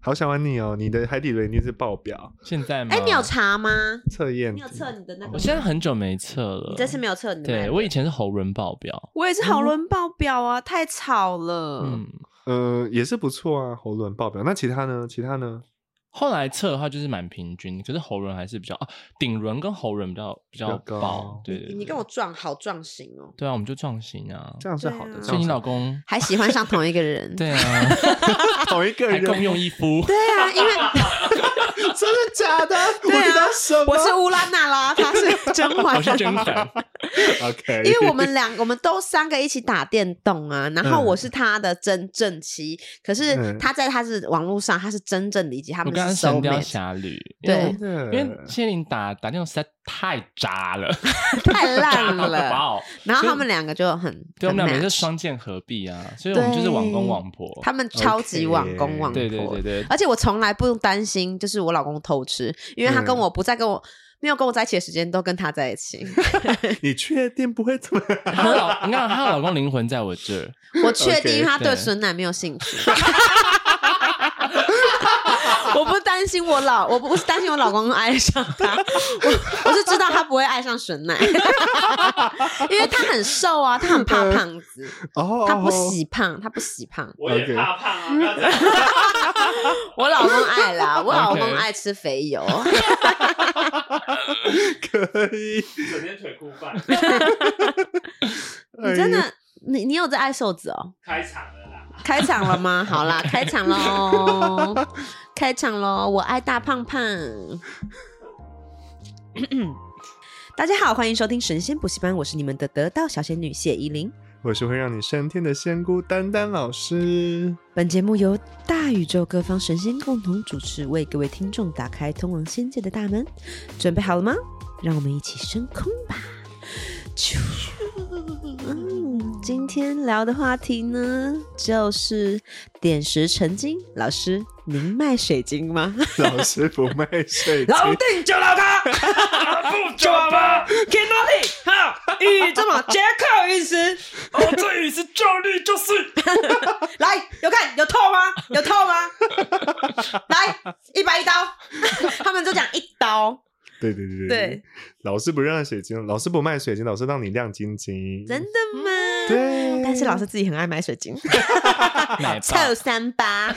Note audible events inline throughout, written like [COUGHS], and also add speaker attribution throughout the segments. Speaker 1: 好想玩你哦！你的海底轮一定是爆表，
Speaker 2: 现在吗？
Speaker 3: 哎，你有查吗？
Speaker 1: 测验
Speaker 3: 你有测你的那个
Speaker 2: 嗯我？现在很久没测了。
Speaker 3: 你这次没有测你的那
Speaker 2: 对
Speaker 3: 个？
Speaker 2: 我以前是喉轮爆表，
Speaker 4: 我也是好伦爆表啊，太吵了。
Speaker 2: 嗯，
Speaker 1: 呃也是不错啊，喉轮爆表。那其他呢？其他呢？
Speaker 2: 后来测的话就是蛮平均，可是喉轮还是比较啊，顶轮跟喉轮比较比较
Speaker 1: 比较
Speaker 2: 爆
Speaker 1: 高。
Speaker 2: 对对
Speaker 3: 你
Speaker 2: 对
Speaker 3: 跟我撞好撞型哦，
Speaker 2: 对啊，我们就撞型啊。
Speaker 1: 这样是
Speaker 4: 对
Speaker 1: 好的
Speaker 4: 啊，
Speaker 1: 这
Speaker 2: 所以
Speaker 1: 样
Speaker 2: 你
Speaker 1: 是
Speaker 2: 老
Speaker 1: 好的
Speaker 2: 公？
Speaker 3: 还喜欢上同一个
Speaker 2: [LAUGHS]
Speaker 3: 人
Speaker 2: 对
Speaker 1: [LAUGHS]
Speaker 2: 啊，
Speaker 1: 同一个
Speaker 2: 还
Speaker 1: 人，
Speaker 2: 共用一
Speaker 3: [LAUGHS]
Speaker 2: 夫。
Speaker 3: 对啊，
Speaker 2: [LAUGHS]
Speaker 3: 因为
Speaker 1: 真的假的？ [LAUGHS] 我
Speaker 3: 啊
Speaker 1: 到什么
Speaker 3: 我
Speaker 1: [LAUGHS]
Speaker 3: 是乌拉那拉，他是甄嬛，
Speaker 2: 我哦是真粉，
Speaker 1: OK，
Speaker 3: [LAUGHS] 因为我
Speaker 1: [LAUGHS]
Speaker 3: 们两，我们都三个一起打电动啊，然
Speaker 2: 嗯
Speaker 3: 后我是他的真正妻，可是
Speaker 1: 嗯
Speaker 3: 他在他是网络上，他是真正的以及他
Speaker 2: 我
Speaker 3: 们
Speaker 2: 刚刚
Speaker 3: 是
Speaker 2: 《
Speaker 3: 收
Speaker 2: 神雕
Speaker 3: 妹，
Speaker 2: 侠侣》，
Speaker 3: 对
Speaker 1: 真的
Speaker 2: 因为谢玲打打电话实在太渣了，
Speaker 3: 太
Speaker 2: [LAUGHS]
Speaker 3: 烂
Speaker 2: 好不
Speaker 3: 了。
Speaker 2: 好？
Speaker 3: 然后他们两个就很，
Speaker 2: 哦对，我
Speaker 3: 很
Speaker 2: 们俩每次
Speaker 3: match
Speaker 2: 双剑合璧啊，所以我们就是网公网婆。
Speaker 3: 他们超级网公网婆，
Speaker 2: 对对对对，
Speaker 3: 而且我从来不用担心，就是我老公偷吃，因为他
Speaker 1: 嗯
Speaker 3: 跟我不再跟我。没有跟我在一起的时间都跟他在一起，
Speaker 1: 你确定不会怎么样？
Speaker 2: 她老你看她老公灵魂在我这
Speaker 3: [LAUGHS]
Speaker 2: 儿，
Speaker 3: 我确定
Speaker 1: OK，
Speaker 3: 因为他对
Speaker 2: 对
Speaker 3: 孙楠没有兴趣。 [LAUGHS] 我不担心我老，我不是担心我老公爱上他，我我是知道他不会爱上孙楠，因为他很瘦啊，他很怕胖子，
Speaker 1: 哦，
Speaker 3: [LAUGHS] 他不喜胖，他不喜胖。
Speaker 5: 我也
Speaker 1: OK
Speaker 5: 怕胖
Speaker 3: [LAUGHS]
Speaker 5: 啊不要这样。
Speaker 3: 我老公爱啦，我老公
Speaker 2: OK
Speaker 3: 爱吃肥油，
Speaker 1: 可以。
Speaker 5: 整天腿裤
Speaker 3: [LAUGHS]
Speaker 5: 饭，
Speaker 1: 哎
Speaker 3: 你真的，你你有在爱瘦子哦？
Speaker 5: 开场了啦！
Speaker 3: 开场了吗？好啦，开场喽，开场喽！我爱大胖 [COUGHS] 胖。大家好，欢迎收听《神仙补习班》，我是你们的得道小仙女谢依霖。
Speaker 1: 我是会让你升天的仙姑丹丹老
Speaker 3: [LAUGHS]
Speaker 1: 师。
Speaker 3: 本节目由大宇宙各方神仙共同主持，为各位听众打开通往仙界的大门。准备好了吗？让我们一起升空吧！啾嗯，今天聊的话题呢，就是点石成金。老师，您卖水晶吗？
Speaker 1: 老师不卖水晶，
Speaker 3: 老定就
Speaker 2: [LAUGHS]
Speaker 3: 老他，
Speaker 5: 不抓吗？
Speaker 3: 天哪地 [LAUGHS] 哈，宇宙嘛，杰克陨石，
Speaker 2: 哦，这语是教律就是
Speaker 3: 来，有看有痛吗？有痛吗？来，一百一刀，他们就讲一刀，
Speaker 1: 对对对
Speaker 3: 对，
Speaker 1: 老师不让水晶，老师不卖水晶，老师让你亮晶晶，
Speaker 3: 真的吗？
Speaker 1: 对。
Speaker 3: 但是老师自己很爱买水晶，
Speaker 2: 奶
Speaker 3: 凑
Speaker 2: 爸，
Speaker 3: 三八，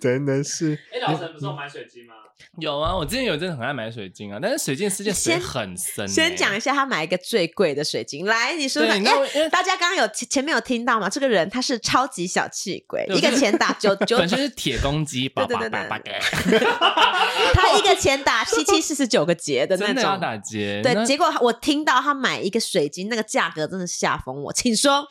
Speaker 1: 真的是
Speaker 5: 哎，老陈不是有买水晶吗？
Speaker 2: 有啊，我之前有一阵子很爱买水晶啊，但是水晶世界水
Speaker 3: 先
Speaker 2: 很深欸。
Speaker 3: 先讲一下他买一个最贵的水晶，来，你说说，
Speaker 2: 对，你知道
Speaker 3: 哎
Speaker 2: 我因为
Speaker 3: 大家刚刚有前前面有听到吗？这个人他是超级小气鬼，
Speaker 2: 对
Speaker 3: 一个
Speaker 2: 就是
Speaker 3: 钱打九
Speaker 2: [LAUGHS]
Speaker 3: 九
Speaker 2: 本身是铁公鸡，叭
Speaker 3: 对
Speaker 2: 叭
Speaker 3: 对
Speaker 2: 叭叭，
Speaker 3: 他一个钱打七七四十九个结 [LAUGHS] 的那
Speaker 2: 真的要
Speaker 3: 种。
Speaker 2: 打结。
Speaker 3: 对，
Speaker 2: 那
Speaker 3: 结果我听到他买一个水晶，那个价格真的吓疯我。请说，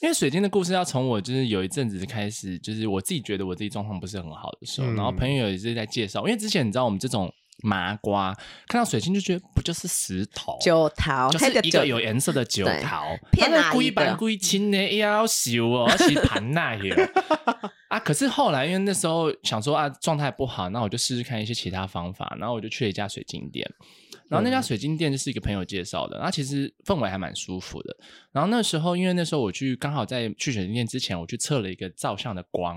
Speaker 2: 因为水晶的故事要从我就是有一阵子开始，就是我自己觉得我自己状况不是很好的时候，
Speaker 1: 嗯
Speaker 2: 然后朋友也是在介绍，因为之前你知道我们这种麻瓜看到水晶就觉得不就是石头，啊
Speaker 3: 九桃，
Speaker 2: 就
Speaker 3: 那
Speaker 2: 是一
Speaker 3: 九
Speaker 2: 个有颜色的九桃，
Speaker 3: 对骗
Speaker 2: 它那
Speaker 3: 阿
Speaker 2: 龟
Speaker 3: 姨的
Speaker 2: 板龟青呢要修哦，洗盘那也
Speaker 3: [LAUGHS]
Speaker 2: 啊。可是后来因为那时候想说啊状态不好，那我就试试看一些其他方法，然后我就去了一家水晶店。然后那家水晶店就是一个朋友介绍的，然后其实氛围还蛮舒服的。然后那时候，因为那时候我去刚好在去水晶店之前，我去测了一个照相的光，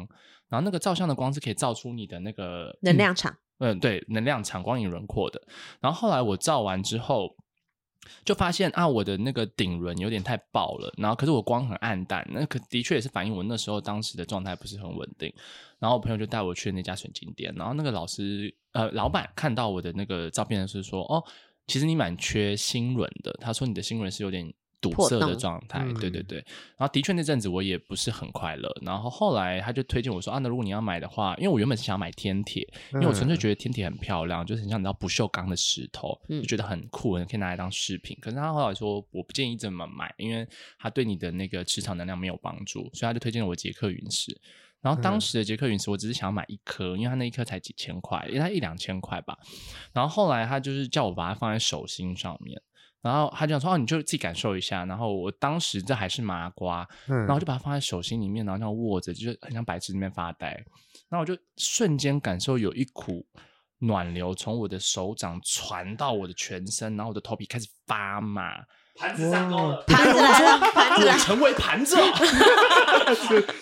Speaker 2: 然后那个照相的光是可以照出你的那个
Speaker 3: 能量场，
Speaker 2: 嗯，对，能量场、光影轮廓的。然后后来我照完之后，就发现啊，我的那个顶轮有点太爆了，然后可是我光很暗淡，那可的确也是反映我那时候当时的状态不是很稳定。然后我朋友就带我去那家水晶店，然后那个老师呃老板看到我的那个照片的时候说，哦，其实你蛮缺心轮的，他说你的心轮是有点。堵
Speaker 3: 破
Speaker 2: 塞的
Speaker 3: 洞
Speaker 2: 状态，对对
Speaker 1: 嗯
Speaker 2: 对，然后的确那阵子我也不是很快乐，然后后来他就推荐我说啊，那如果你要买的话，因为我原本是想要买天铁，因为我
Speaker 1: 嗯
Speaker 2: 纯粹觉得天铁很漂亮，就是很像你知道不锈钢的石头，
Speaker 3: 嗯
Speaker 2: 就觉得很酷，你可以拿来当饰品。可是他后来说我不建议这么买，因为它对你的那个磁场能量没有帮助，所以他就推荐了我捷克陨石。然后当
Speaker 1: 嗯
Speaker 2: 时的捷克陨石，我只是想要买一颗，因为它那一颗才几千块，因为它一两千块吧。然后后来他就是叫我把它放在手心上面，然后他就想说哦，你就自己感受一下。然后我当时这还是麻瓜，
Speaker 1: 嗯，
Speaker 2: 然后就把它放在手心里面，然后这样握着，就是很像白痴那边发呆。然后我就瞬间感受有一股 [LAUGHS] 暖流从我的手掌传到我的全身，然后我的头皮开始发麻，
Speaker 5: 盘子上钩
Speaker 2: 嗯
Speaker 5: 了，
Speaker 3: 盘子
Speaker 2: [LAUGHS]
Speaker 3: 来了，盘子来
Speaker 2: 我
Speaker 3: 了。
Speaker 2: 成为盘 [LAUGHS] 子哦，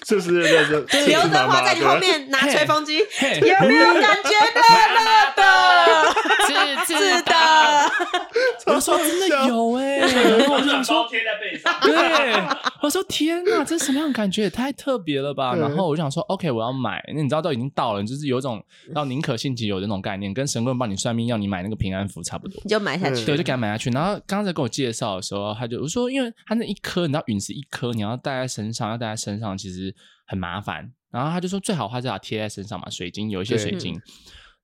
Speaker 1: 是不是？这这这
Speaker 3: 刘
Speaker 1: 是妈
Speaker 3: 德华
Speaker 1: 妈
Speaker 3: 在你
Speaker 1: 对
Speaker 3: 后面拿吹风机，
Speaker 2: 嘿
Speaker 3: [LAUGHS] 有没有感觉热热的？
Speaker 2: 是
Speaker 3: 是，的，
Speaker 2: [LAUGHS] 我说真的 [LAUGHS] 有哎、
Speaker 5: 把暖包贴在
Speaker 2: [LAUGHS]
Speaker 5: 背上，
Speaker 2: 对，我说天哪，这是什么样的感觉？也太特别了吧！
Speaker 1: 对
Speaker 2: 然后我就想说，OK，我要买。那你知道都已经到了，就是有种到宁可信其有的那种概念，跟神棍帮你算命要你买那个平安符差不多。
Speaker 3: 你就买下去。
Speaker 2: 对，我就给他买下去。然后刚才跟我介绍的时候，他就我说，因为他那一颗，你知道陨石一颗，你要带在身上，要带在身上其实很麻烦。然后他就说，最好还是把它贴在身上嘛，水晶有一些
Speaker 1: 对
Speaker 2: 水晶。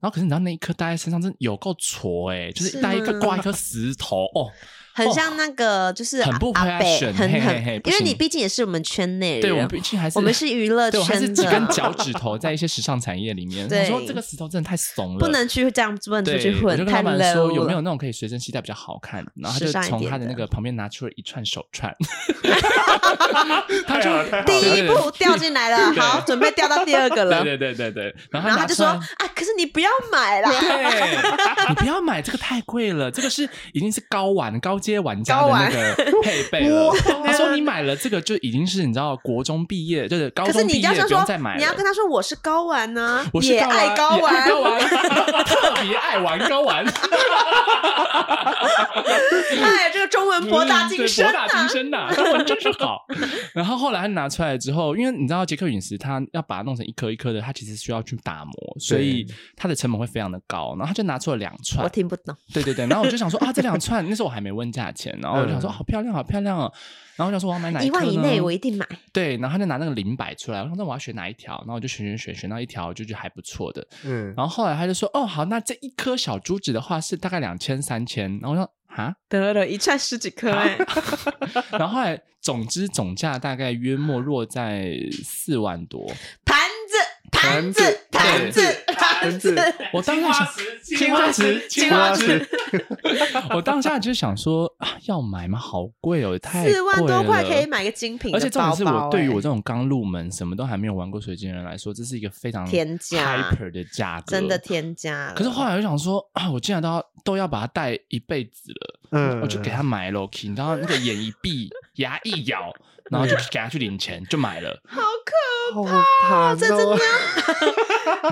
Speaker 2: 然后可是你知道那一颗戴在身上真的有够挫哎、就是
Speaker 3: 是
Speaker 2: 戴一个
Speaker 3: 吗
Speaker 2: 挂一颗石头哦，
Speaker 3: 很像那个，就是
Speaker 2: 很不
Speaker 3: 阿
Speaker 2: fashion，
Speaker 3: 北，很
Speaker 2: 嘿
Speaker 3: 很
Speaker 2: 嘿嘿，不
Speaker 3: 因为
Speaker 2: 行
Speaker 3: 你毕竟也是我们圈内人，
Speaker 2: [LAUGHS] 对我们毕竟还是
Speaker 3: 我们是娱乐
Speaker 2: 对，我还是
Speaker 3: 圈
Speaker 2: 几根
Speaker 3: 的，
Speaker 2: 脚趾头在一些时尚产业里面。
Speaker 3: 对
Speaker 2: 我说这个石头真的太怂了，
Speaker 3: 不能去这样，不能出
Speaker 2: 对，
Speaker 3: 去
Speaker 2: 我就跟
Speaker 3: 混，
Speaker 2: 老
Speaker 3: 太
Speaker 2: 板
Speaker 3: low
Speaker 2: 说
Speaker 3: 了。
Speaker 2: 有没有那种可以随身携带比较好看，然后他就
Speaker 3: 时尚一
Speaker 2: 从
Speaker 3: 点
Speaker 2: 他的
Speaker 3: 的
Speaker 2: 那个旁边拿出了一串手
Speaker 3: [LAUGHS]
Speaker 2: 串，他就
Speaker 1: 太好了太好
Speaker 3: 第一步掉进来
Speaker 2: [LAUGHS]
Speaker 3: 了，
Speaker 2: 对
Speaker 3: 好，准备掉到第二个了。
Speaker 2: 对对对对对，然后
Speaker 3: 然后
Speaker 2: 他
Speaker 3: 他
Speaker 2: 拿
Speaker 3: 就
Speaker 2: 出
Speaker 3: 说
Speaker 2: 来
Speaker 3: 啊，可是你不要买
Speaker 2: 啊
Speaker 3: 啦，
Speaker 2: 对，
Speaker 3: [LAUGHS]
Speaker 2: 你不要买这个太贵了，这个是已经是高玩高阶玩家的那
Speaker 3: [LAUGHS]
Speaker 2: 个配备了。他说你买了这个就已经是你知道国中毕业，就是高
Speaker 3: 可是
Speaker 2: 中
Speaker 3: 你
Speaker 2: 毕
Speaker 3: 一定要
Speaker 2: 业
Speaker 3: 这样
Speaker 2: 不用
Speaker 3: 说
Speaker 2: 再买，了。
Speaker 3: 你要跟他说我是高玩呢，
Speaker 2: [LAUGHS] 我是
Speaker 3: 也爱高
Speaker 2: 玩，也爱高
Speaker 3: 玩，
Speaker 2: 玩， [LAUGHS] 特别爱玩高玩，
Speaker 3: [LAUGHS] 哎，这个中文 [LAUGHS] 博大精深
Speaker 2: 嗯对博大精
Speaker 3: 啊。
Speaker 2: 深呐、中文真是好。 [LAUGHS] 然后后来他拿出来之后，因为你知道杰克陨石，它要把它弄成一颗一颗的，它其实需要去打磨，所以它的成本会非常的高。然后他就拿出了两
Speaker 3: [LAUGHS] 我
Speaker 2: 串，
Speaker 3: 听不懂，
Speaker 2: 对对对。然后我就想说啊，这两串那时候我还没问价钱，然后我就想说
Speaker 1: 嗯
Speaker 2: 好漂亮，好漂亮哦。然后我想说我要买哪
Speaker 3: 一
Speaker 2: 颗
Speaker 3: 万以
Speaker 2: 呢
Speaker 3: 内我
Speaker 2: [LAUGHS]
Speaker 3: 一定买。
Speaker 2: 对，然后他就拿那个零摆出来，我想那我要选哪一条，然后我就选选选选到一条就觉得还不错的，
Speaker 1: 嗯，
Speaker 2: 然后后来他就说：“哦，好，那这一颗小珠子的话是大概两千三千。”然后我说：“啊。
Speaker 3: 得了一串十几颗哎，”
Speaker 2: 然后后来总之总价大概约莫落在四万多。
Speaker 3: [LAUGHS] 盘子盘子盘
Speaker 1: 盘
Speaker 3: 子
Speaker 1: 子
Speaker 3: 盘子，
Speaker 2: 我当
Speaker 5: 青
Speaker 2: 下
Speaker 5: 花
Speaker 2: 想，
Speaker 5: 瓷，
Speaker 2: 青花瓷，青花瓷
Speaker 1: 瓷。
Speaker 2: 我当下就想说啊，要买吗？好贵哦，太贵
Speaker 3: 四万多块
Speaker 2: 了
Speaker 3: 可以买个精品的包包，
Speaker 2: 而且重点是我对于我这
Speaker 3: 哎
Speaker 2: 种刚入门、什么都还没有玩过水晶的人来说，这是一个非常
Speaker 3: 天价
Speaker 2: hyper 的价格，
Speaker 3: [LAUGHS] 真的天价了。
Speaker 2: 可是后来我就想说啊，我竟然都要都要把它戴一辈子了，
Speaker 1: 嗯
Speaker 2: 我就给他买了 k 然后那个眼一闭，牙一咬，然后就给他去领钱，就买
Speaker 3: [LAUGHS]
Speaker 2: 了。
Speaker 3: 好可
Speaker 1: 好怕
Speaker 3: 这
Speaker 2: 哦
Speaker 3: 真的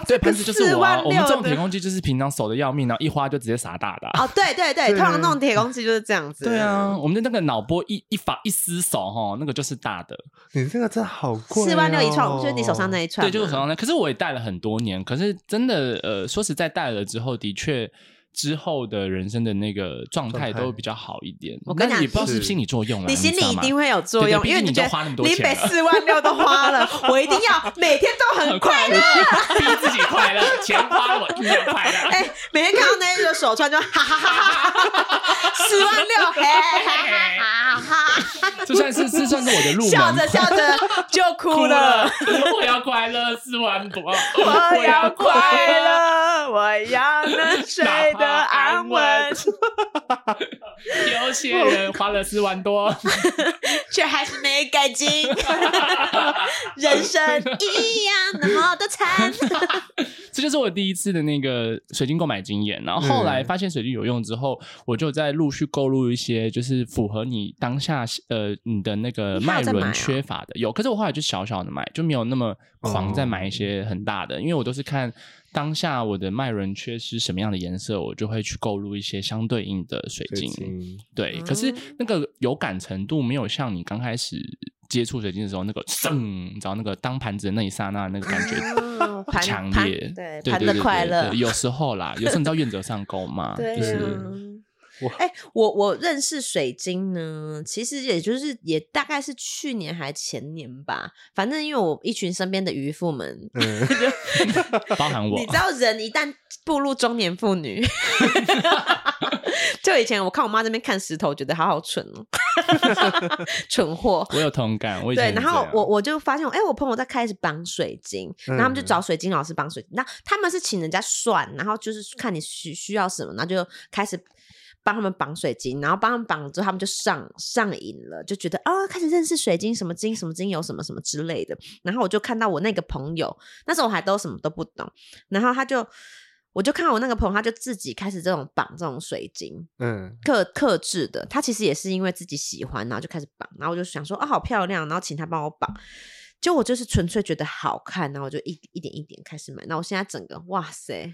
Speaker 2: 对，盘子就是我、啊，
Speaker 3: 46,000
Speaker 2: 我们这种铁公鸡就是平常手的要命，然后一花就直接傻大啊大。
Speaker 3: 哦，对对对，
Speaker 1: 对
Speaker 3: 通常那种铁公鸡就是这样子。
Speaker 2: 对啊，，我们的那个脑波一一发一失手哈，那个就是大的，
Speaker 1: 你这个真的好贵、哦
Speaker 3: 四万六一串，就是你手上那。一串嘛，
Speaker 2: 哦对，就是我手上那。可是我也戴了很多年，可是真的呃，说实在戴了之后，的确之后的人生的那个状态
Speaker 1: 状态
Speaker 2: 都比较好一点。
Speaker 3: 我跟
Speaker 2: 但
Speaker 3: 你讲
Speaker 2: 也不知道是不是
Speaker 1: 是
Speaker 2: 心理作用了，
Speaker 3: 你心
Speaker 2: 啊知道
Speaker 3: 里一
Speaker 2: 吗
Speaker 3: 定会有作用，
Speaker 2: 对对
Speaker 3: 因为
Speaker 2: 毕竟你
Speaker 3: 觉
Speaker 2: 都花那么
Speaker 3: 得
Speaker 2: 多
Speaker 3: 你
Speaker 2: 钱
Speaker 3: 每
Speaker 2: 了
Speaker 3: 四万六都
Speaker 2: [LAUGHS]
Speaker 3: 花了，我一定要每天都很快乐。
Speaker 2: 逼自己快
Speaker 3: [LAUGHS]
Speaker 2: 乐，钱花了我一定要快乐。
Speaker 3: 哎，每天看到那一个手串就哈哈哈哈，四万六，嘿哈哈哈哈，
Speaker 2: 这算是这算是我的入门
Speaker 3: 笑着笑着就哭了。，
Speaker 2: 我要快乐四万多，
Speaker 3: 我
Speaker 2: 我
Speaker 3: 要快。乐，我要能睡得安稳，
Speaker 2: 有些人花了四万多，
Speaker 3: 却还是没改进。人生一样那么的 [LAUGHS] 惨。
Speaker 2: 这就是我第一次的那个水晶购买经验。然后后
Speaker 3: 嗯
Speaker 2: 来发现水晶有用之后，我就在陆续购入一些就是符合你当下呃你的那个
Speaker 3: 你还
Speaker 2: 脉
Speaker 3: 有在买
Speaker 2: 轮
Speaker 3: 哦
Speaker 2: 缺乏的有。可是我后来就小小的买，就没有那么狂在买一些很大的，因为我都是看当下我的脉轮缺失什么样的颜色，我就会去购入一些相对应的水
Speaker 1: 水
Speaker 2: 晶。
Speaker 1: 晶
Speaker 3: [LAUGHS]
Speaker 2: 对，可
Speaker 3: 嗯
Speaker 2: 是那个有感程度没有像你刚开始接触水晶的时候那个噌，你知道那个当盘子的那一刹那那个感觉
Speaker 3: 哦盘
Speaker 2: 强
Speaker 3: 盘
Speaker 2: 烈，
Speaker 3: 对
Speaker 2: 对
Speaker 3: 盘
Speaker 2: 对
Speaker 3: 的
Speaker 2: 对
Speaker 3: 快
Speaker 2: 对
Speaker 3: 乐
Speaker 2: 对有时候啦，有时候你知道愿者上钩嘛，
Speaker 3: [LAUGHS] 对
Speaker 2: 就是
Speaker 3: 啊
Speaker 1: 哇。
Speaker 3: 哎、我我认识水晶呢，其实也就是也大概是去年还前年吧，反正因为我一群身边的渔夫们，
Speaker 1: 嗯，
Speaker 2: 包含我
Speaker 3: 啊你，知道人一旦步入中年妇女，就以前我看我妈这边看石头，觉得好好蠢哦， [LAUGHS] 蠢货。
Speaker 2: 我有同感，我以前
Speaker 3: 对，
Speaker 2: 也
Speaker 3: 然
Speaker 2: 这
Speaker 3: 后
Speaker 2: 样
Speaker 3: 我我就发现我，哎、我朋友在开始绑水晶，然后他们就
Speaker 2: 嗯
Speaker 3: 找水晶老师绑水晶。那他们是请人家算，然后就是看你需需要什么，然后就开始帮他们绑水晶，然后帮他们绑了之后，他们就上上瘾了，就觉得啊、开始认识水晶什么晶什么精油什么什么之类的。然后我就看到我那个朋友，那时候我还都什么都不懂，然后他就。我就看我那个朋友，他就自己开始这种绑这种水晶，
Speaker 1: 嗯，
Speaker 3: 克克制的。他其实也是因为自己喜欢，然后就开始绑，然后我就想说啊、好漂亮，然后请他帮我绑。就我就是纯粹觉得好看，然后我就一一点一点开始买。那我现在整个哇塞，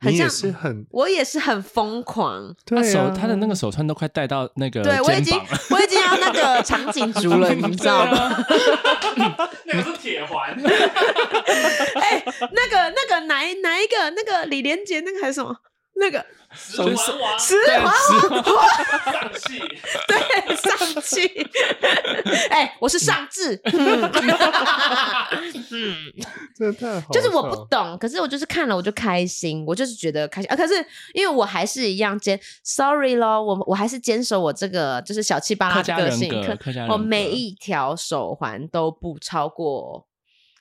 Speaker 3: 很
Speaker 1: 你也
Speaker 3: 像
Speaker 1: 是很
Speaker 3: 我也是很疯狂，
Speaker 1: 对、
Speaker 2: 他
Speaker 1: 啊、
Speaker 2: 手他的那个手串都快戴到那个
Speaker 3: 对我已
Speaker 2: 呃肩
Speaker 3: 经
Speaker 2: 膀啊了，
Speaker 3: 我已经要那个
Speaker 2: [LAUGHS]
Speaker 3: 长颈 [LAUGHS] 族了，你知道吗？
Speaker 5: 那个是铁
Speaker 1: 嗯
Speaker 5: 环，
Speaker 3: 哎、那个那个哪一哪一个那个李连杰那个还是什么那个
Speaker 5: 十环王
Speaker 3: 十
Speaker 2: 对啊
Speaker 3: [LAUGHS] 环
Speaker 2: 是
Speaker 5: 上戏，
Speaker 3: 对上气， [LAUGHS] 哎、我是上智， [LAUGHS] 嗯嗯，
Speaker 1: 真的太好笑了，
Speaker 3: 就是我不懂，可是我就是看了我就开心，我就是觉得开心啊。可是因为我还是一样坚，sorry 咯，我我还是坚守我这个就是小气巴
Speaker 2: 客
Speaker 3: 拉的
Speaker 2: 家
Speaker 3: 个
Speaker 2: 人
Speaker 3: 性，
Speaker 2: 格
Speaker 3: 可
Speaker 2: 客家人
Speaker 3: 我
Speaker 2: 格
Speaker 3: 每一条手环都不超过，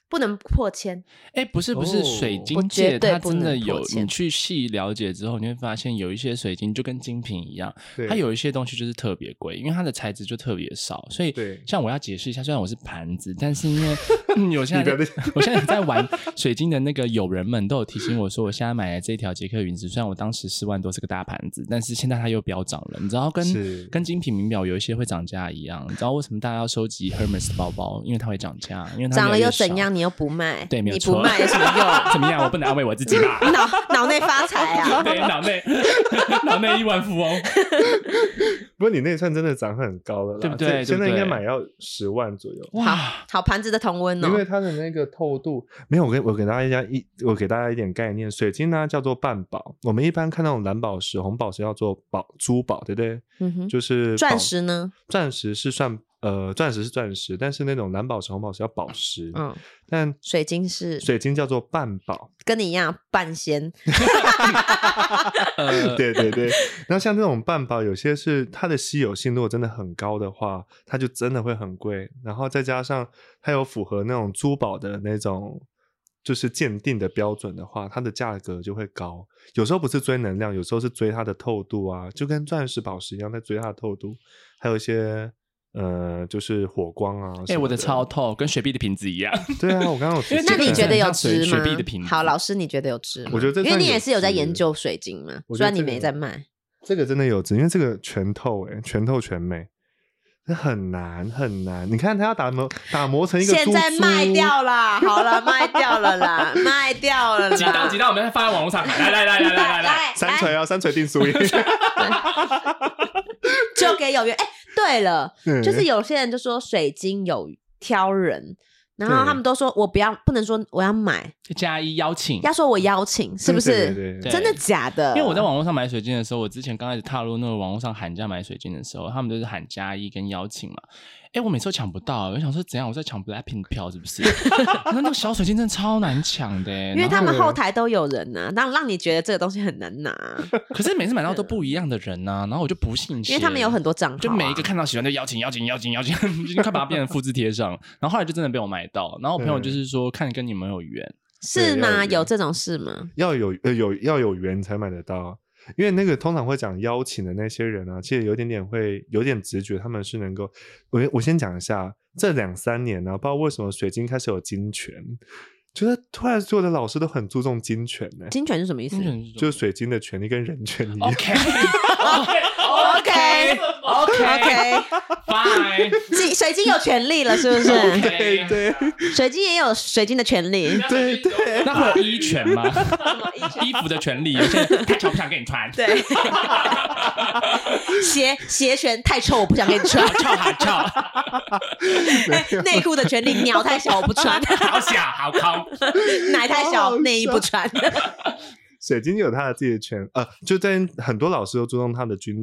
Speaker 3: 不能破千。
Speaker 2: 哎，不是不
Speaker 1: 哦
Speaker 2: 是，水
Speaker 3: 我
Speaker 2: 晶
Speaker 3: 绝
Speaker 2: 界
Speaker 3: 对
Speaker 2: 它
Speaker 3: 不
Speaker 2: 真的
Speaker 3: 能破
Speaker 2: 有，你
Speaker 3: 千
Speaker 2: 去细了解之后，你会发现有一些水晶就跟精品一样，
Speaker 1: 对，
Speaker 2: 它有一些东西就是特别贵，因为它的材质就特别少，所以
Speaker 1: 对
Speaker 2: 像我要解释一下，虽然我是盘子，但是因为嗯，我现
Speaker 1: 你
Speaker 2: 在 [LAUGHS]
Speaker 1: 的
Speaker 2: 我现在在玩水晶的那个友人们都有提醒我说，我现在买的这一条捷克云子，虽然我当时四万多是个大盘子，但是现在它又飙涨了，你知道跟
Speaker 1: 是
Speaker 2: 跟精品名表有一些会涨价一样，你知道为什么大家要收集 Hermes 的包包？因为它会涨价，因为它越
Speaker 3: 长了
Speaker 2: 来越
Speaker 3: 又怎
Speaker 2: 少
Speaker 3: 样？？你又不卖，
Speaker 2: 对，没有
Speaker 3: 你
Speaker 2: 错
Speaker 3: 不卖有什么用？？
Speaker 2: 怎么样？我不能安慰我自己吧？ [LAUGHS]
Speaker 3: 脑脑内发财啊！
Speaker 2: 对，脑 [LAUGHS] 内脑内亿万富翁。
Speaker 1: 不过你那一串真的涨很高了啦，
Speaker 2: 对不对
Speaker 1: 这现在
Speaker 2: 对不
Speaker 1: 应
Speaker 2: 对
Speaker 1: 该买要十万左右。
Speaker 2: 哇，
Speaker 3: 好盘子的同温哦
Speaker 1: 因，为它的那个透度没有，我给我给大家一一我给大家一点概念，水晶呢叫做半宝，我们一般看那种蓝宝石、红宝石叫做宝珠宝，对不对？
Speaker 3: 嗯哼，
Speaker 1: 就是宝
Speaker 3: 钻石呢？
Speaker 1: 钻石是算呃，钻石是钻石，但是那种蓝宝石、红宝石叫宝石，
Speaker 3: 嗯，
Speaker 1: 但
Speaker 3: 水晶是
Speaker 1: 水晶叫做半宝。
Speaker 3: 跟你一样半仙，
Speaker 2: 呃，
Speaker 1: 对对
Speaker 3: [LAUGHS]
Speaker 1: 对，然后像这种半宝，有些是它的稀有性如果真的很高的话，它就真的会很贵。然后再加上它有符合那种珠宝的那种就是鉴定的标准的话，它的价格就会高。有时候不是追能量，有时候是追它的透度啊，就跟钻石、宝石一样在追它的透度，还有一些。呃，就是火光啊！
Speaker 2: 哎，
Speaker 1: 什么
Speaker 2: 我的超透，跟雪碧的瓶子
Speaker 3: [LAUGHS]
Speaker 2: 一样。
Speaker 1: 对啊，我刚刚有提
Speaker 2: 因为
Speaker 1: 醒
Speaker 2: 这
Speaker 3: 那
Speaker 2: 个
Speaker 3: 你觉得有值
Speaker 2: 很像水
Speaker 3: 吗
Speaker 2: 水碧的瓶？子
Speaker 3: 好，老师你觉得有值吗？
Speaker 1: 我觉得这
Speaker 3: 因为
Speaker 1: 算
Speaker 3: 你也
Speaker 1: 有
Speaker 3: 是有在研
Speaker 1: 值
Speaker 3: 究水晶嘛，
Speaker 1: 我觉得
Speaker 3: 虽然你
Speaker 1: 这个
Speaker 3: 没在卖，
Speaker 1: 这个真的有值，因为这个全透哎、全透全美，这很难很难。你看他要打磨打磨成一个
Speaker 3: 现
Speaker 1: 珠
Speaker 3: 在
Speaker 1: 珠
Speaker 3: 卖掉啦，好了，卖掉
Speaker 1: [LAUGHS]
Speaker 3: 了啦，卖掉了啦，
Speaker 2: 几档几档，我们再放在网络上看。来来来来来来来，
Speaker 1: 三锤
Speaker 3: 哎
Speaker 1: 啊，三锤定
Speaker 3: [LAUGHS]
Speaker 1: 输赢。
Speaker 3: 就给有缘。哎，对了，
Speaker 1: 嗯
Speaker 3: 就是有些人就说水晶有挑人，然
Speaker 1: 嗯
Speaker 3: 后他们都说我不要，不能说我要买，
Speaker 2: [LAUGHS] 加一邀请。
Speaker 3: 要说我邀请，是不
Speaker 1: 嗯对
Speaker 3: 是？
Speaker 1: 对对
Speaker 2: 对
Speaker 3: 真的假的？
Speaker 2: 因为我在网络上买水晶的时候，我之前刚开始踏入那个网络上喊价买水晶的时候，他们都是喊加一跟邀请嘛。哎，我每次都抢不到，我想说怎样，我在抢 Blackpink 的票是不是？ [LAUGHS] 那那个小水晶真的超难抢的欸，
Speaker 3: 因为
Speaker 2: 然后
Speaker 3: 他们后台都有人呐、让让你觉得这个东西很难
Speaker 2: [LAUGHS]
Speaker 3: 拿，
Speaker 2: 可是每次买到都不一样的人呐，然后我就不信邪，
Speaker 3: 因为他们有很多账号、啊，
Speaker 2: 就每一个看到喜欢就邀请邀请邀请邀请， [LAUGHS] 已经快把它变成复制贴上了。然后后来就真的被我买到，然后我朋友就是说看跟你们有缘，
Speaker 3: 是
Speaker 1: 对
Speaker 3: 吗？
Speaker 1: 要有
Speaker 3: 有这种事吗？
Speaker 1: 要有呃有要有缘才买得到，因为那个通常会讲邀请的那些人啊，其实有点点会有点直觉，他们是能够我我先讲一下，这两三年呢、不知道为什么水晶开始有金权，觉得突然所有的老师都很注重金权呢、
Speaker 3: 金权是什么意思
Speaker 2: 真的很
Speaker 1: 就是水晶的权利跟人权一样。
Speaker 2: OK
Speaker 1: [LAUGHS]
Speaker 3: OK
Speaker 5: 哦
Speaker 2: OK
Speaker 3: OK，
Speaker 2: Bye
Speaker 3: 水水晶有权利了，是不是？
Speaker 1: [LAUGHS] 对对，
Speaker 2: [LAUGHS]
Speaker 3: 水晶也有水晶的
Speaker 1: [LAUGHS]
Speaker 3: 权利。
Speaker 1: 对对
Speaker 2: [LAUGHS] 那会有衣权
Speaker 3: [LAUGHS]
Speaker 2: 吗？衣服的权利，有些人太丑不想给你穿。
Speaker 3: 对， [LAUGHS] 鞋鞋权太臭，我不想给你
Speaker 1: [LAUGHS]
Speaker 3: 穿
Speaker 2: 好。臭好臭，
Speaker 3: 哎内裤的权利，鸟太小我
Speaker 1: [LAUGHS]
Speaker 3: 不穿，
Speaker 2: 好小好空。
Speaker 3: 奶太
Speaker 1: 好
Speaker 3: 小
Speaker 1: 好
Speaker 3: 内衣不
Speaker 1: 笑
Speaker 3: 穿。
Speaker 1: 水晶有它的自己的权，呃，就在很多老师都注重他的军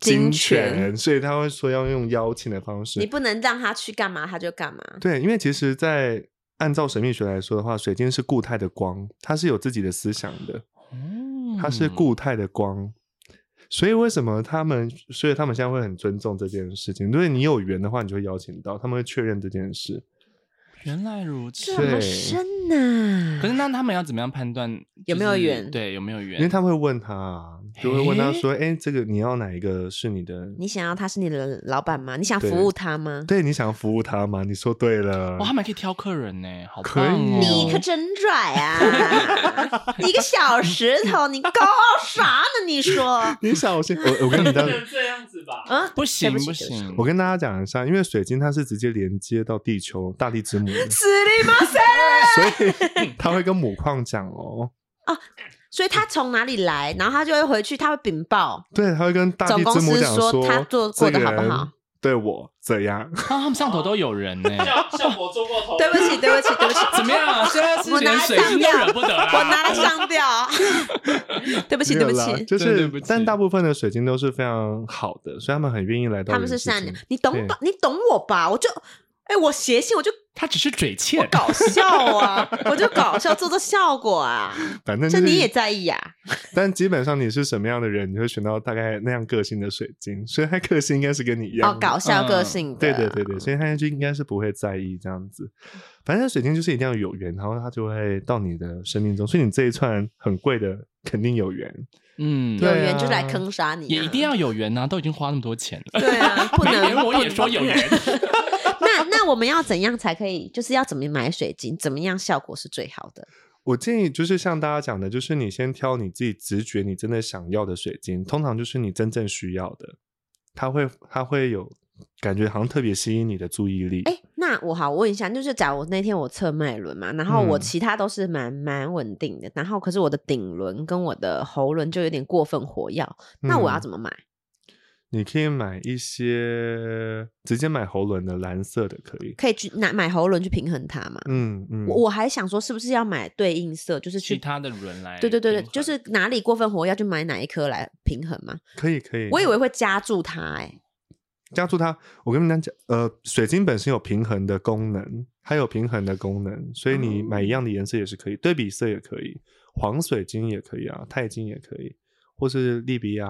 Speaker 3: 金
Speaker 1: 金
Speaker 3: 权
Speaker 1: 权，所以他会说要用邀请的方
Speaker 3: 你
Speaker 1: 式。
Speaker 3: 不能让他去干嘛，他就干嘛。
Speaker 1: 对，因为其实，在按照神秘学来说的话，水晶是固态的光，它是有自己的思想的，它嗯是
Speaker 2: 嗯
Speaker 1: 固态的光。所以为什么他们，所以他们现在会很尊重这件事情。如果你有缘的话，你就会邀请到，他们会确认这件事。
Speaker 3: 嗯
Speaker 2: 原来如此。
Speaker 1: 对
Speaker 3: 深呐、
Speaker 2: 可是那他们要怎么样判断
Speaker 3: 有没有
Speaker 2: 就是
Speaker 3: 缘
Speaker 2: 对，有没有缘？
Speaker 1: 因为他们会问他啊，就会问他
Speaker 2: 诶
Speaker 1: 说：“哎、这个你要哪一个是你的？
Speaker 3: 你想要他是你的老板吗？你想
Speaker 1: 对
Speaker 3: 服务他吗？
Speaker 1: 对，你想服务他吗？”你说对了
Speaker 2: 哇，，他们还可以挑客人呢，好
Speaker 1: 可
Speaker 2: 棒
Speaker 1: 以
Speaker 2: 哦！
Speaker 3: 你可真拽啊！一个小石头，你高傲啥呢？你说，
Speaker 1: 你想我先我我跟你
Speaker 2: [LAUGHS]
Speaker 5: 不
Speaker 1: 当。
Speaker 5: 能这样子吧？
Speaker 3: 嗯，
Speaker 2: 不行
Speaker 3: 对不
Speaker 2: 不
Speaker 3: 起对不起
Speaker 2: 行，
Speaker 1: 我跟大家讲一下，因为水晶它是直接连接到地球大地
Speaker 2: [LAUGHS]
Speaker 1: 之母的，
Speaker 3: 死你妈塞！
Speaker 1: 所以它会跟母矿讲哦，
Speaker 3: 所以他从哪里来，然后他就会回去，他会禀报。
Speaker 1: 对，它会跟大地之母讲
Speaker 3: 总公司说他做
Speaker 1: 这
Speaker 3: 过得
Speaker 1: 个
Speaker 3: 好不好
Speaker 1: 人 [LAUGHS] 对我怎样，
Speaker 2: 啊，他们上头都有人呢。
Speaker 3: 哦
Speaker 5: 像像我做过头，
Speaker 3: 对不起，对不起，对不起，
Speaker 2: 怎么样？现在是
Speaker 3: 我拿
Speaker 2: 连
Speaker 3: 来
Speaker 2: 水
Speaker 3: 上
Speaker 2: 晶都
Speaker 3: 吊
Speaker 2: 惹不得
Speaker 3: 我
Speaker 2: 啦。
Speaker 3: 拿来上吊。对不起， [LAUGHS] 对
Speaker 1: 没
Speaker 3: 不
Speaker 1: 有啦
Speaker 3: 起，
Speaker 1: 就
Speaker 2: 真的
Speaker 1: 是
Speaker 2: 对不起
Speaker 1: 但大部分的水晶都是非常好的，所以他们很愿意来到
Speaker 3: 他们
Speaker 1: 人
Speaker 3: 是
Speaker 1: 世
Speaker 3: 善良
Speaker 1: 间，
Speaker 3: 你懂吧？你懂我吧？我就，哎，我写信我就
Speaker 2: 他只是嘴欠，
Speaker 3: 搞笑啊，我就搞笑做做效果啊，
Speaker 1: 反正就
Speaker 3: 这
Speaker 1: 是
Speaker 3: 你也在意啊？
Speaker 1: 但基本上你是什么样的人，你会选到大概那样个性的水晶，所以他个性应该是跟你一样
Speaker 3: 哦，
Speaker 1: 的。
Speaker 3: 搞笑个
Speaker 2: 嗯
Speaker 3: 性的，
Speaker 1: 对啊对对对，所以他就应该是不会在意这样子。反正水晶就是一定要有缘，然后它就会到你的生命中，所以你这一串很贵的肯定有缘。
Speaker 2: 嗯，
Speaker 1: 对
Speaker 3: 有
Speaker 1: 啊
Speaker 3: 缘就来坑杀你、啊，
Speaker 2: 也一定要有缘呐，都已经花那么多钱了。
Speaker 3: [LAUGHS] 对啊，
Speaker 2: [LAUGHS]
Speaker 3: 不能
Speaker 2: 连我也说有缘。 [LAUGHS]
Speaker 3: [LAUGHS] 那那我们要怎样才可以？就是要怎么买水晶？怎么样效果是最好的？
Speaker 1: 我建议就是像大家讲的，就是你先挑你自己直觉你真的想要的水晶，通常就是你真正需要的，它会它会有感觉好像特别吸引你的注意力。
Speaker 3: 哎、那我好问一下，就是假如我那天我测脉轮嘛，然后我
Speaker 1: 嗯
Speaker 3: 其他都是蛮蛮稳定的，然后可是我的顶轮跟我的喉轮就有点过分火药，那我要
Speaker 1: 嗯
Speaker 3: 怎么买？
Speaker 1: 你可以买一些直接买喉轮的蓝色的，可以。
Speaker 3: 可以去拿买喉轮去平衡它吗？
Speaker 1: 嗯嗯，
Speaker 3: 我我还想说，是不是要买对应色，就是
Speaker 2: 其
Speaker 3: 去。
Speaker 2: 他的轮来，
Speaker 3: 对对对对，就是哪里过分活跃，就买哪一颗来平衡嘛。
Speaker 1: 可以可以。
Speaker 2: 啊
Speaker 3: 我以为会加注它、哎，
Speaker 1: 加注它，我跟你们讲，呃，水晶本身有平衡的功能，它有平衡的功能，所以你
Speaker 3: 哦
Speaker 1: 买一样的颜色也是可以，对比色也可以，黄水晶也可以啊，钛金也可以，或是利比亚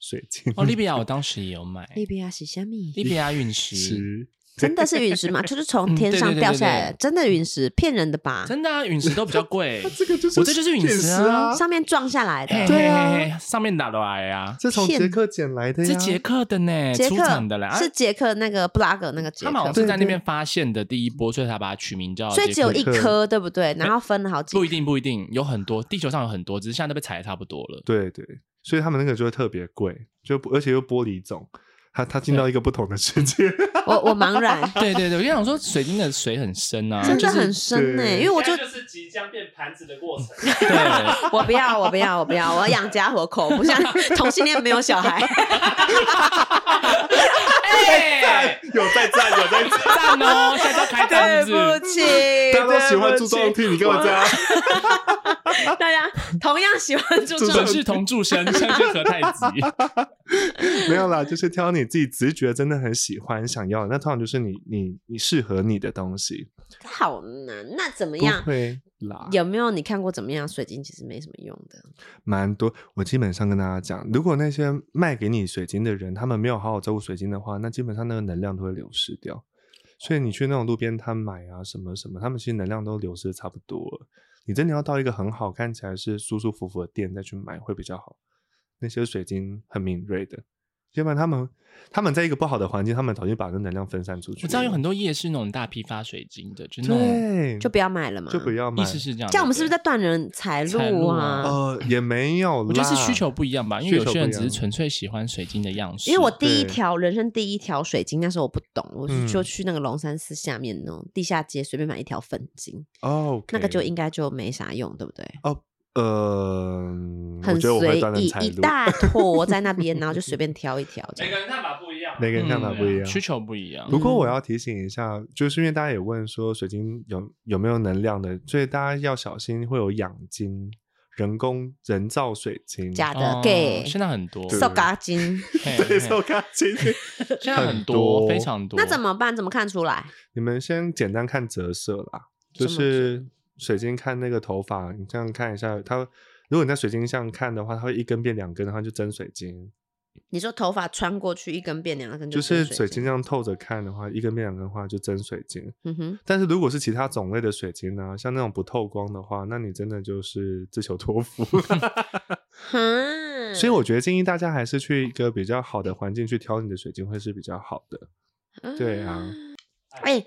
Speaker 1: 水晶。
Speaker 2: [LAUGHS]
Speaker 1: [LAUGHS]
Speaker 2: 哦，利比亚我当时也有买，
Speaker 3: 利比亚洗虾米，
Speaker 2: 利比亚陨石，
Speaker 1: 石
Speaker 3: 真的是陨
Speaker 2: [LAUGHS]
Speaker 3: 石吗？就是从
Speaker 2: 嗯
Speaker 3: 天
Speaker 2: 对对
Speaker 3: 上
Speaker 2: 对
Speaker 3: 掉
Speaker 2: 对
Speaker 3: 下来的，真的陨石，骗人的吧？
Speaker 2: 真的啊，陨石都比较 [LAUGHS] 贵。
Speaker 1: 这个就是
Speaker 2: 我这就是陨
Speaker 1: 陨
Speaker 2: 石
Speaker 1: 石
Speaker 2: 啊
Speaker 1: 啊，
Speaker 3: 上面撞下来
Speaker 2: 嘿
Speaker 3: 的，
Speaker 1: 对啊
Speaker 2: 嘿嘿嘿上面打落来啊，
Speaker 1: 这从
Speaker 3: 骗
Speaker 1: 捷克捡来的呀，
Speaker 2: 是捷克的呢，
Speaker 3: 杰
Speaker 2: 出
Speaker 3: 啊克
Speaker 2: 产的啦，啊
Speaker 3: 是捷克那个布拉格那个捷
Speaker 2: 他们好像
Speaker 3: 克，
Speaker 2: 是在那边发现的第一波，所以才把它取名叫捷
Speaker 3: 所
Speaker 2: 克。
Speaker 3: 以只有一
Speaker 1: 捷克
Speaker 3: 颗，对不对？然后分了好几
Speaker 2: 不一定不一定，有很多，地球上有很多，只是现在都被踩的差不多了。，
Speaker 1: 对对，所以他们那个就会特别贵，就不而且又玻璃种，它它进到一个不同的世界。 [LAUGHS]
Speaker 3: 我我茫然
Speaker 2: [LAUGHS] 对对对，我就想说水晶的水很深啊，
Speaker 3: 真
Speaker 2: 就
Speaker 3: 的
Speaker 2: 是
Speaker 3: 很深呢、
Speaker 1: 对
Speaker 3: 因为我就 [LAUGHS]
Speaker 5: 现在就是即将变盘子的
Speaker 1: [LAUGHS]
Speaker 5: 过程，
Speaker 2: 对，
Speaker 3: 我不要，我不要，我不要，我要养家活口，
Speaker 2: [LAUGHS]
Speaker 3: 不像同性恋没有小孩。
Speaker 2: 哎，
Speaker 1: 有在赞，有在
Speaker 2: [LAUGHS]
Speaker 1: 赞，
Speaker 2: 赞哦，现在都开
Speaker 3: 对
Speaker 2: 单子，[LAUGHS]
Speaker 3: 不起，
Speaker 1: 大家都喜欢
Speaker 3: 对不
Speaker 1: 注
Speaker 3: 起
Speaker 1: 重听，你干嘛这样？
Speaker 3: 大家同样喜欢注
Speaker 1: 注
Speaker 3: 重
Speaker 2: 本是同住 [LAUGHS] 生，相煎何太急。
Speaker 1: 没有啦，就是挑你自己直觉真的很喜欢、想要的，那通常就是你、你、你适合你的东西。
Speaker 3: 好难。那怎么
Speaker 1: 不
Speaker 3: 样？
Speaker 1: 会啦，
Speaker 3: 有没有你看过怎么样水晶其实没什么用的？
Speaker 2: 嗯
Speaker 1: 蛮多。我基本上跟大家讲，如果那些卖给你水晶的人，他们没有好好照顾水晶的话，那基本上那个能量都会流失掉。所以你去那种路边摊买啊，什么什么，他们其实能量都流失的差不多了。你真的要到一个很好看起来是舒舒服服的店再去买会比较好。那些水晶很敏锐的，要不然他们他们在一个不好的环境，他们早就把这能量分散出去了。
Speaker 2: [LAUGHS] 我知道有很多夜市那种大批发水晶的，就那种
Speaker 1: 对，
Speaker 3: 就不要买了嘛。
Speaker 1: 就不要买
Speaker 2: 意。思是
Speaker 1: 啊
Speaker 2: 这样。
Speaker 3: 这样我们是不是
Speaker 2: 对
Speaker 3: 在断人财
Speaker 2: 财
Speaker 3: 路
Speaker 2: 路
Speaker 3: 啊
Speaker 2: 啊？
Speaker 1: 呃，也没有啦，
Speaker 2: 我觉得是需求不一样吧，因
Speaker 1: 需
Speaker 2: 为
Speaker 1: 求
Speaker 2: 有些人
Speaker 1: 不一
Speaker 2: 只
Speaker 1: 样
Speaker 2: 是纯粹喜欢水晶的样式。
Speaker 3: 因为我第一
Speaker 1: 对
Speaker 3: 条人生第一条水晶，那时候我不懂，我就
Speaker 1: 嗯
Speaker 3: 就去那个龙山寺下面那种地下街随便买一条粉晶，
Speaker 1: 哦，
Speaker 3: 那个就应该就没啥用，对不对？
Speaker 1: 呃，
Speaker 3: 很
Speaker 1: 我觉得我
Speaker 3: 随
Speaker 1: 会断
Speaker 3: 意
Speaker 1: 人财，
Speaker 3: 一
Speaker 1: 路，
Speaker 3: 大坨在
Speaker 1: [LAUGHS]
Speaker 3: 那边，然后就随便挑一条这
Speaker 5: 每
Speaker 3: 样。
Speaker 5: 个人看法不一样嘛。
Speaker 1: 每个人看法
Speaker 2: 嗯
Speaker 1: 不一样
Speaker 2: 需。求不一样。
Speaker 1: 不
Speaker 3: 嗯
Speaker 1: 过我要提醒一下，就是因为大家也问说水晶有有没有能量的，所以大家要小心会有氧晶、人工人造水晶、
Speaker 3: 假的
Speaker 2: 哦
Speaker 3: gay
Speaker 2: 现在很多，
Speaker 3: 瘦嘎
Speaker 1: [LAUGHS]
Speaker 3: 金，
Speaker 2: 嘿
Speaker 1: 对
Speaker 2: 嘿
Speaker 1: 手卡晶。
Speaker 2: 现在很
Speaker 1: 很
Speaker 2: 多，
Speaker 1: 多
Speaker 2: 非常多。
Speaker 3: 那怎么办？怎么看出来？
Speaker 1: 你们先简单看折射啦，就
Speaker 3: 什么
Speaker 1: 是水晶看那个头发，你这样看一下它。如果你在水晶上看的话，它会一根变两根，然后就真水晶。
Speaker 3: 你说头发穿过去一根变两根，
Speaker 1: 就是
Speaker 3: 水
Speaker 1: 水晶这。样透着看的话，一根变两根的话就真水晶。
Speaker 3: 嗯哼，
Speaker 1: 但是如果是其他种类的水晶呢、像那
Speaker 3: [LAUGHS]
Speaker 1: 种不透光的话，那你真的就是自求多福。
Speaker 3: 哈，
Speaker 1: 所以我觉得建议大家还是去一个比较
Speaker 3: 嗯
Speaker 1: 好的环境去挑你的水晶会是比较好的。对啊，
Speaker 3: [LAUGHS] 哎、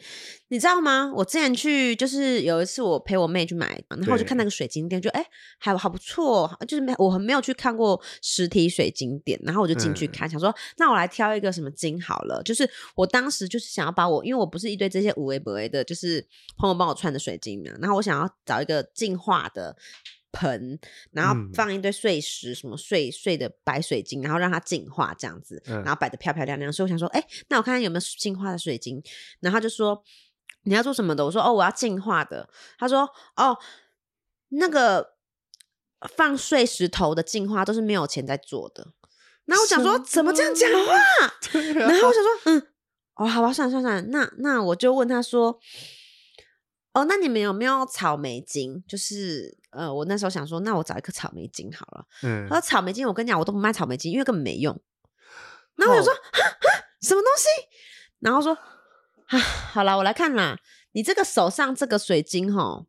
Speaker 3: 你知道吗？我之前去就是有一次我陪我妹去买，然后我就
Speaker 1: 对
Speaker 3: 看那个水晶店，就哎、还好不错哦，就是没我很没有去看过实体水晶店，然后我就进去
Speaker 1: 嗯
Speaker 3: 看，想说那我来挑一个什么晶好了。就是我当时就是想要把我，因为我不是一堆这些五维不维的，就是朋友帮我串的水晶嘛，然后我想要找一个净化的。盆，然后
Speaker 1: 嗯
Speaker 3: 放一堆碎石，什么碎碎的白水晶，然后让它净化这样子，
Speaker 1: 嗯
Speaker 3: 然后摆的漂漂亮亮。所以我想说，哎、那我看看有没有净化的水晶。然后他就说你要做什么的？我说哦，我要净化的。他说哦，那个放碎石头的净化都是没有钱在做的。然后我想说，怎么这样讲话？
Speaker 1: [LAUGHS] 对啊
Speaker 3: 然后我想说，嗯，哦，好吧，算了算了算了，那那我就问他说，哦，那你们有没有草莓晶？就是呃，我那时候想说，那我找一颗草莓晶好了。
Speaker 1: 嗯
Speaker 3: 他，说草莓晶，我跟你讲，我都不卖草莓晶，因为根本没用。然后我就说，哈哈，什么东西？然后说，啊，好啦，我来看啦，你这个手上这个水晶吼，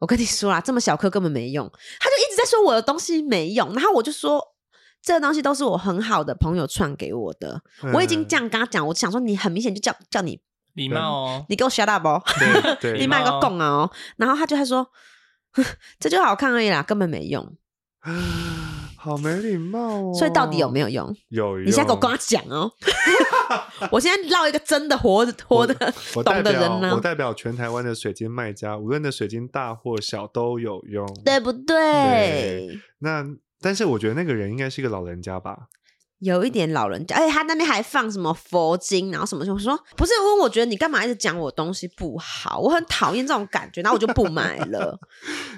Speaker 3: 我跟你说啦，这么小颗根本没用。他就一直在说我的东西没用，然后我就说。这个东西都是我很好的朋友串给我的，
Speaker 1: 嗯
Speaker 3: 我已经这
Speaker 1: 讲，
Speaker 3: 样跟他讲，我想说你很明显就叫叫你，
Speaker 2: 礼貌哦，
Speaker 3: 你给我 shut up 哦，
Speaker 1: 对对
Speaker 3: 你
Speaker 2: 貌
Speaker 3: 卖个供啊哦，然后他就还说，哼这就好看而已啦，根本没用，
Speaker 1: [GASPS] 好没礼貌哦。
Speaker 3: 所以到底有没有用？
Speaker 1: 有？有，
Speaker 3: 你现在给我跟他讲
Speaker 1: [LAUGHS]
Speaker 3: 哦！我现在唠一个真的活的活的
Speaker 1: 我代
Speaker 3: 懂的
Speaker 1: 表
Speaker 3: 人呢
Speaker 1: 我，代表全台湾的水晶卖家，无论的水晶大或小都有用。
Speaker 3: 对不对
Speaker 1: 对？那但是我觉得那个人应该是一个老人家吧？
Speaker 3: 有一点老人家，而且他那边还放什么佛经，然后什么什么，我说不是，因为我觉得你干嘛一直讲我东西不好，我很讨厌这种感觉，然后我就不买
Speaker 1: [LAUGHS]
Speaker 3: 了。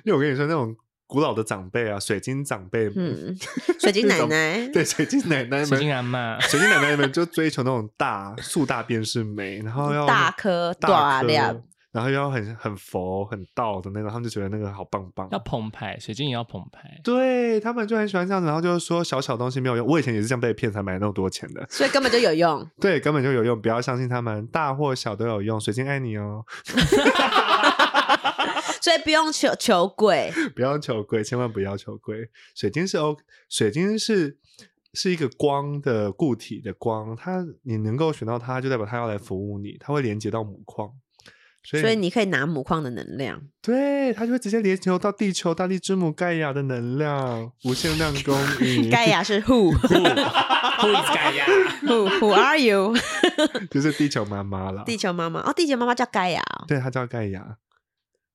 Speaker 1: 因为我跟你说，那种古老的长辈啊，水晶长辈，
Speaker 3: 嗯，水晶奶奶，
Speaker 1: [LAUGHS] 对，水晶奶奶
Speaker 2: 水晶
Speaker 1: 们，
Speaker 2: 阿妈，
Speaker 1: 水晶奶奶们就追求那种大树大便是美，然后要
Speaker 3: 大颗
Speaker 1: 大
Speaker 3: 大
Speaker 1: 颗
Speaker 3: 量，
Speaker 1: 然后又要很很佛很道的那种，他们就觉得那个好棒棒。
Speaker 2: 要澎湃，水晶也要澎
Speaker 1: [LAUGHS]
Speaker 2: 湃。
Speaker 1: 对他们就很喜欢这样子，然后就是说小小东西没有用。我以前也是这样被骗才买那么多钱的，
Speaker 3: 所以根本就有用。
Speaker 1: 对，根本就有用，不要相信他们，大或小都有用。水晶爱你哦， [LAUGHS]
Speaker 3: 所以不用求求鬼，
Speaker 1: 不要求贵，千万不要求贵。水晶是 O，水晶是是一个光的固体的光，它你能够选到它，就代表它要来服务你，它会连接到母矿，所以
Speaker 3: 所以你可以拿母矿的能量。
Speaker 1: 对它就会直接连接到地球大地之母盖亚的能量，无限量供应。
Speaker 3: 盖亚是 who
Speaker 2: 不该呀，
Speaker 3: who who are you？
Speaker 1: 就是地球妈妈了，
Speaker 3: 地球妈妈哦，地球妈妈叫盖亚哦。
Speaker 1: 对，它叫盖亚。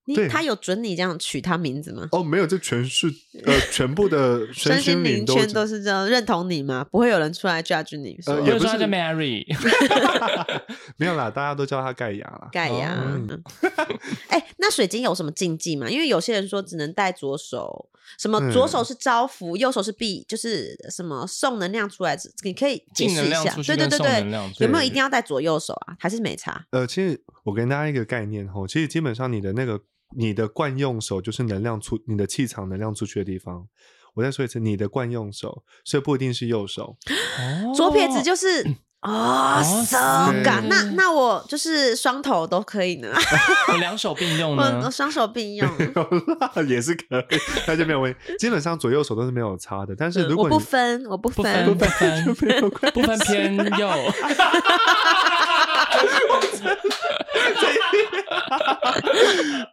Speaker 3: 你
Speaker 1: 对
Speaker 3: 他有准你这样取他名字吗？
Speaker 1: 哦，没有，这全是呃，全部
Speaker 3: [LAUGHS]
Speaker 1: 的身
Speaker 3: 心
Speaker 1: 心灵
Speaker 3: 灵
Speaker 1: 都
Speaker 3: 圈都是这样认同你吗？不会有人出来 judge 你
Speaker 1: 呃
Speaker 3: 说
Speaker 1: 也不
Speaker 2: 我就说她
Speaker 1: 是
Speaker 2: 叫 Mary，
Speaker 1: 没有啦，大家都叫它盖亚啦。
Speaker 3: 盖亚。
Speaker 1: 哦
Speaker 3: 嗯 [LAUGHS] 哎、那水晶有什么禁忌吗？因为有些人说只能戴左手，什么
Speaker 1: 嗯
Speaker 3: 左手是招福，右手是避，就是什么送能量出来，你可以解
Speaker 2: 进
Speaker 3: 释
Speaker 2: 能
Speaker 3: 一
Speaker 2: 量
Speaker 3: 下。
Speaker 2: 出去
Speaker 3: 对对
Speaker 2: 跟
Speaker 3: 对
Speaker 2: 送能
Speaker 3: 对，
Speaker 2: 量出去
Speaker 3: 有没有一定要戴左右手啊？还是没差？
Speaker 1: 呃，其实我跟大家一个概念吼，其实基本上你的那个你的惯用手就是能量出你的气场能量出去的地方。我再说一次，你的惯用手，所以不一定是右手。 [LAUGHS]
Speaker 2: 哦
Speaker 3: [LAUGHS] 左撇子就是。哦，
Speaker 2: 哦
Speaker 3: 手
Speaker 1: 嗯是
Speaker 3: 感那那我就是双头都可以呢，
Speaker 2: 我哦两手并
Speaker 1: 嗯
Speaker 2: 用
Speaker 3: 我我
Speaker 2: 呢，
Speaker 3: 双手
Speaker 1: [LAUGHS]
Speaker 3: 并用，
Speaker 1: 也是可以，那就没有问题。基本上左右手都是没有差的，但是如
Speaker 3: 嗯我
Speaker 1: 果你
Speaker 3: 不分，我不
Speaker 2: 不
Speaker 3: 分，
Speaker 2: 分不分不分
Speaker 1: [LAUGHS]
Speaker 2: 偏右，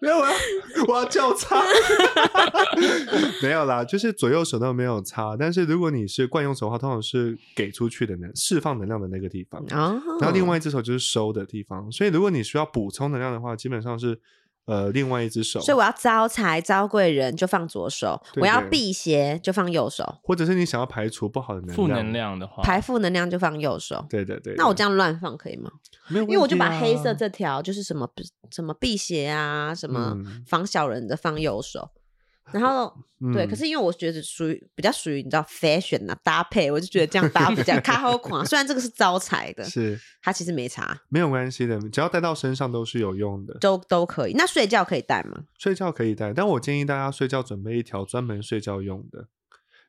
Speaker 1: 没有，我要我要
Speaker 3: [LAUGHS]
Speaker 1: 交叉。没有啦，就是左右手都没有差，但是如果你是惯用手的话，通常是给出去的能释放能量的那个地方，啊
Speaker 3: 哦，
Speaker 1: 然后另外一只手就是收的地方。所以如果你需要补充能量的话，基本上是呃另外一只手，
Speaker 3: 所以我要招财招贵人就放左手，
Speaker 1: 对
Speaker 3: 我要
Speaker 1: 对
Speaker 3: 辟邪就放右手，
Speaker 1: 或者是你想要排除不好的能量，
Speaker 2: 负能量的话，
Speaker 3: 排负能量就放右手。
Speaker 1: 对的对的。
Speaker 3: 那我这样乱放可以吗？
Speaker 1: 没有问题啊，
Speaker 3: 因为我就把黑色这条就是什么什么辟邪啊，什么
Speaker 1: 嗯
Speaker 3: 防小人的放右手。然后对，
Speaker 1: 嗯
Speaker 3: 可是因为我觉得属于比较属于你知道 fashion 啊搭配，我就觉得这样搭
Speaker 1: [LAUGHS]
Speaker 3: 比较卡好款。虽然这个是招财的，
Speaker 1: 是
Speaker 3: 它其实没差，
Speaker 1: 没有关系的，只要带到身上都是有用的。
Speaker 3: 都都可以。那睡觉可以戴吗？
Speaker 1: 睡觉可以带，但我建议大家睡觉准备一条专门睡觉用的，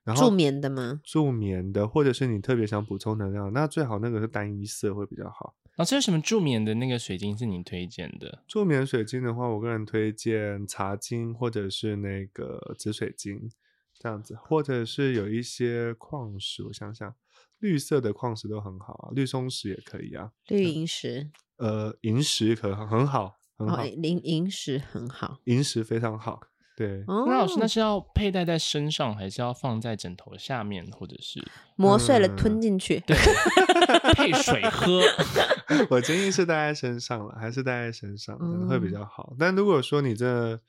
Speaker 1: 然后
Speaker 3: 助眠的吗？
Speaker 1: 助眠的，或者是你特别想补充能量，那最好那个是单一色会比较好。
Speaker 2: 老师有什么助眠的那个水晶是你推荐的？
Speaker 1: 助眠水晶的话，我个人推荐茶晶或者是那个紫水晶。这样子，或者是有一些矿石，我想想，绿色的矿石都很好啊，绿松石也可以啊，
Speaker 3: 绿萤石
Speaker 1: 呃，银石可很好，很好
Speaker 3: 哦，，银萤石很好。
Speaker 1: 银石非常好，对，
Speaker 3: 哦，
Speaker 2: 那老师，那是要佩戴在身上，还是要放在枕头下面，或者是
Speaker 3: 磨碎了
Speaker 1: 嗯
Speaker 3: 吞进去，
Speaker 2: 对配水喝？
Speaker 3: [LAUGHS]
Speaker 1: 我建议是戴在身上了，还是戴在身上可能会比
Speaker 3: 嗯
Speaker 1: 较好。但如果说你这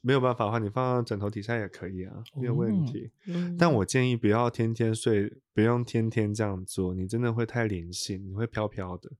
Speaker 1: 没有办法的话，你放到枕头底下也可以啊，没有问
Speaker 2: 哦
Speaker 1: 题。
Speaker 3: 嗯
Speaker 1: 但我建议不要天天睡，不用天天这样做，你真的会太灵性，你会飘飘的，